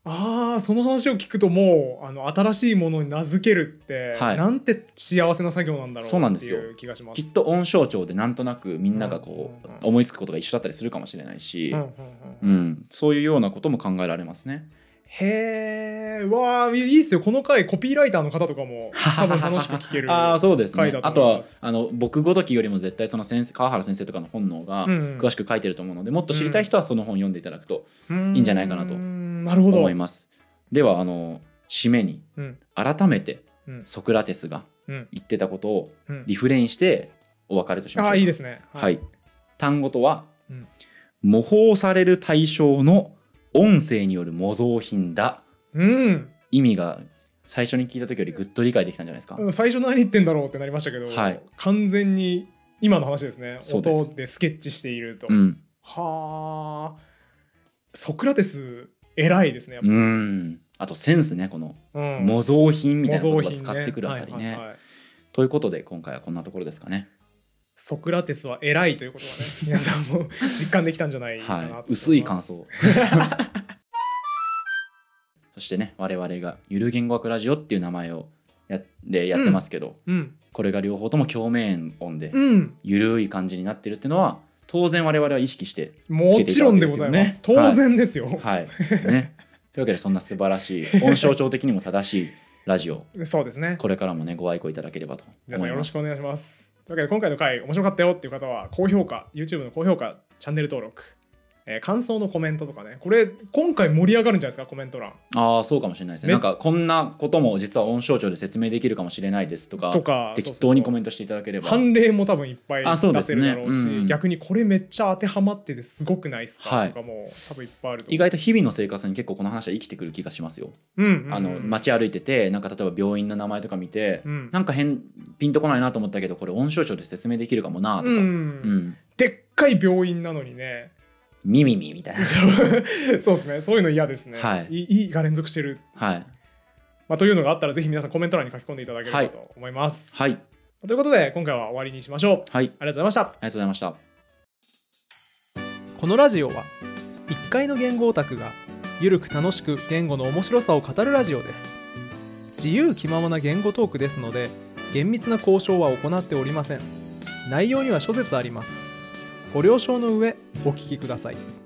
Speaker 1: あーその話を聞くともうあの新しいものに名付けるって、
Speaker 2: はい
Speaker 1: なんて幸せな作業なんだろ
Speaker 2: そうな
Speaker 1: うんっ
Speaker 2: で
Speaker 1: て
Speaker 2: すよ
Speaker 1: いう気がします。
Speaker 2: きっと音象徴でなんとなくみんながこ
Speaker 1: うんうんう
Speaker 2: うん思いつくことが一緒だったりするかもしれないし
Speaker 1: うん、うんう
Speaker 2: うんん、そういうようなことも考えられますね。
Speaker 1: へえわあいいっすよこの回コピーライターの方とかも 多分楽しく聞ける。
Speaker 2: ああそうですね
Speaker 1: 回。だ
Speaker 2: あ
Speaker 1: と
Speaker 2: と
Speaker 1: 思い
Speaker 2: は
Speaker 1: ます
Speaker 2: あの僕ごときよりも絶対その先生川原先生とかの本能が
Speaker 1: うんうん
Speaker 2: 詳しく書いてると思うので、もっと知りたい人はその本読んでいただくと
Speaker 1: い
Speaker 2: いいんじゃないかなと
Speaker 1: なるほど。
Speaker 2: 思います。ではあの締めに
Speaker 1: うん
Speaker 2: 改めて
Speaker 1: うん
Speaker 2: ソクラテスが
Speaker 1: うん
Speaker 2: 言ってたことを
Speaker 1: うん
Speaker 2: リフレインしてお別れとしましょう
Speaker 1: あ
Speaker 2: か
Speaker 1: あいいですね。
Speaker 2: はい、単語とは、
Speaker 1: うん
Speaker 2: 模倣される対象の音声による模造品だ
Speaker 1: うん。
Speaker 2: 意味が最初に聞いた時よりぐっと理解できたんじゃないですか、
Speaker 1: 最初何言ってんだろうってなりましたけど、
Speaker 2: はい
Speaker 1: 完全に今の話ですね
Speaker 2: そうです
Speaker 1: 音でスケッチしていると、
Speaker 2: うん
Speaker 1: はあソクラテス偉いですねやっ
Speaker 2: うんあとセンスねこの
Speaker 1: ぱ、うん
Speaker 2: 模造品みたいな言
Speaker 1: 模造
Speaker 2: 葉
Speaker 1: 品
Speaker 2: 使ってくるあたり
Speaker 1: は
Speaker 2: ね
Speaker 1: いはいはい
Speaker 2: ということで今回はこんなところですかね、
Speaker 1: ソクラテスは偉いということはね皆さんも実感できたんじゃないかなと思いま
Speaker 2: はい
Speaker 1: す、
Speaker 2: 薄い 感想そしてね我々が「ゆる言語学ラジオ」っていう名前をやっでやってますけど、
Speaker 1: うん
Speaker 2: これが両方とも共鳴音で
Speaker 1: うん
Speaker 2: ゆるい感じになってるっていうのは当然我々は意識して
Speaker 1: もちろんでございます
Speaker 2: つけていたわ
Speaker 1: 当
Speaker 2: けですよ
Speaker 1: 然ですよ、
Speaker 2: はい、 ね、というわけでそんな素晴らしい音象徴的にも正しいラジオ
Speaker 1: そうですね
Speaker 2: これからもねご愛顧いただければと
Speaker 1: 皆さ
Speaker 2: 思
Speaker 1: ん
Speaker 2: い
Speaker 1: よろ
Speaker 2: ま
Speaker 1: し
Speaker 2: す
Speaker 1: くお願いします。というわけで今回の回面白かったよっていう方は高評価 YouTube の高評価チャンネル登録、えー感想のコメントとかねこれ今回盛り上がるんじゃないですかコメント欄
Speaker 2: ああそうかもしれないですね
Speaker 1: め
Speaker 2: なんかこんなことも実は音象徴で説明できるかもしれないですとか
Speaker 1: とか
Speaker 2: 適当にコメ
Speaker 1: ン
Speaker 2: ントしていただければ
Speaker 1: 判例も多分いっぱい
Speaker 2: あそうで
Speaker 1: 出
Speaker 2: す
Speaker 1: せ
Speaker 2: ね
Speaker 1: るだろうし、
Speaker 2: うん
Speaker 1: 逆にこれめっちゃ当てはまっててすごくないですか、
Speaker 2: はい
Speaker 1: とかも多分いっぱいあると
Speaker 2: 意
Speaker 1: 思う。
Speaker 2: 外と日々の生活に結構この話は生きてくる気がしますよ。
Speaker 1: うんうんうん
Speaker 2: あの街歩いててなんか例えば病院の名前とか見て、
Speaker 1: うん
Speaker 2: なんか変ピンとこないなと思ったけどこれ音象徴で説明できるかもなとか、
Speaker 1: うん
Speaker 2: うん、
Speaker 1: でっかい病院なのにね
Speaker 2: ミミミみたいな。
Speaker 1: そうですねそういうの嫌ですね、
Speaker 2: はい
Speaker 1: いいが連続してる、
Speaker 2: はい。
Speaker 1: まあ、というのがあったらぜひ皆さんコメント欄に書き込んでいただければと思います、
Speaker 2: はい。はい。
Speaker 1: ということで今回は終わりにしましょう
Speaker 2: ありが
Speaker 1: ありがとうございました
Speaker 2: とうございました。
Speaker 1: このラジオは1階の言語オタクがゆるく楽しく言語の面白さを語るラジオです自由気ままな言語トークですので厳密な交渉は行っておりません内容には諸説ありますご了承の上お聞きください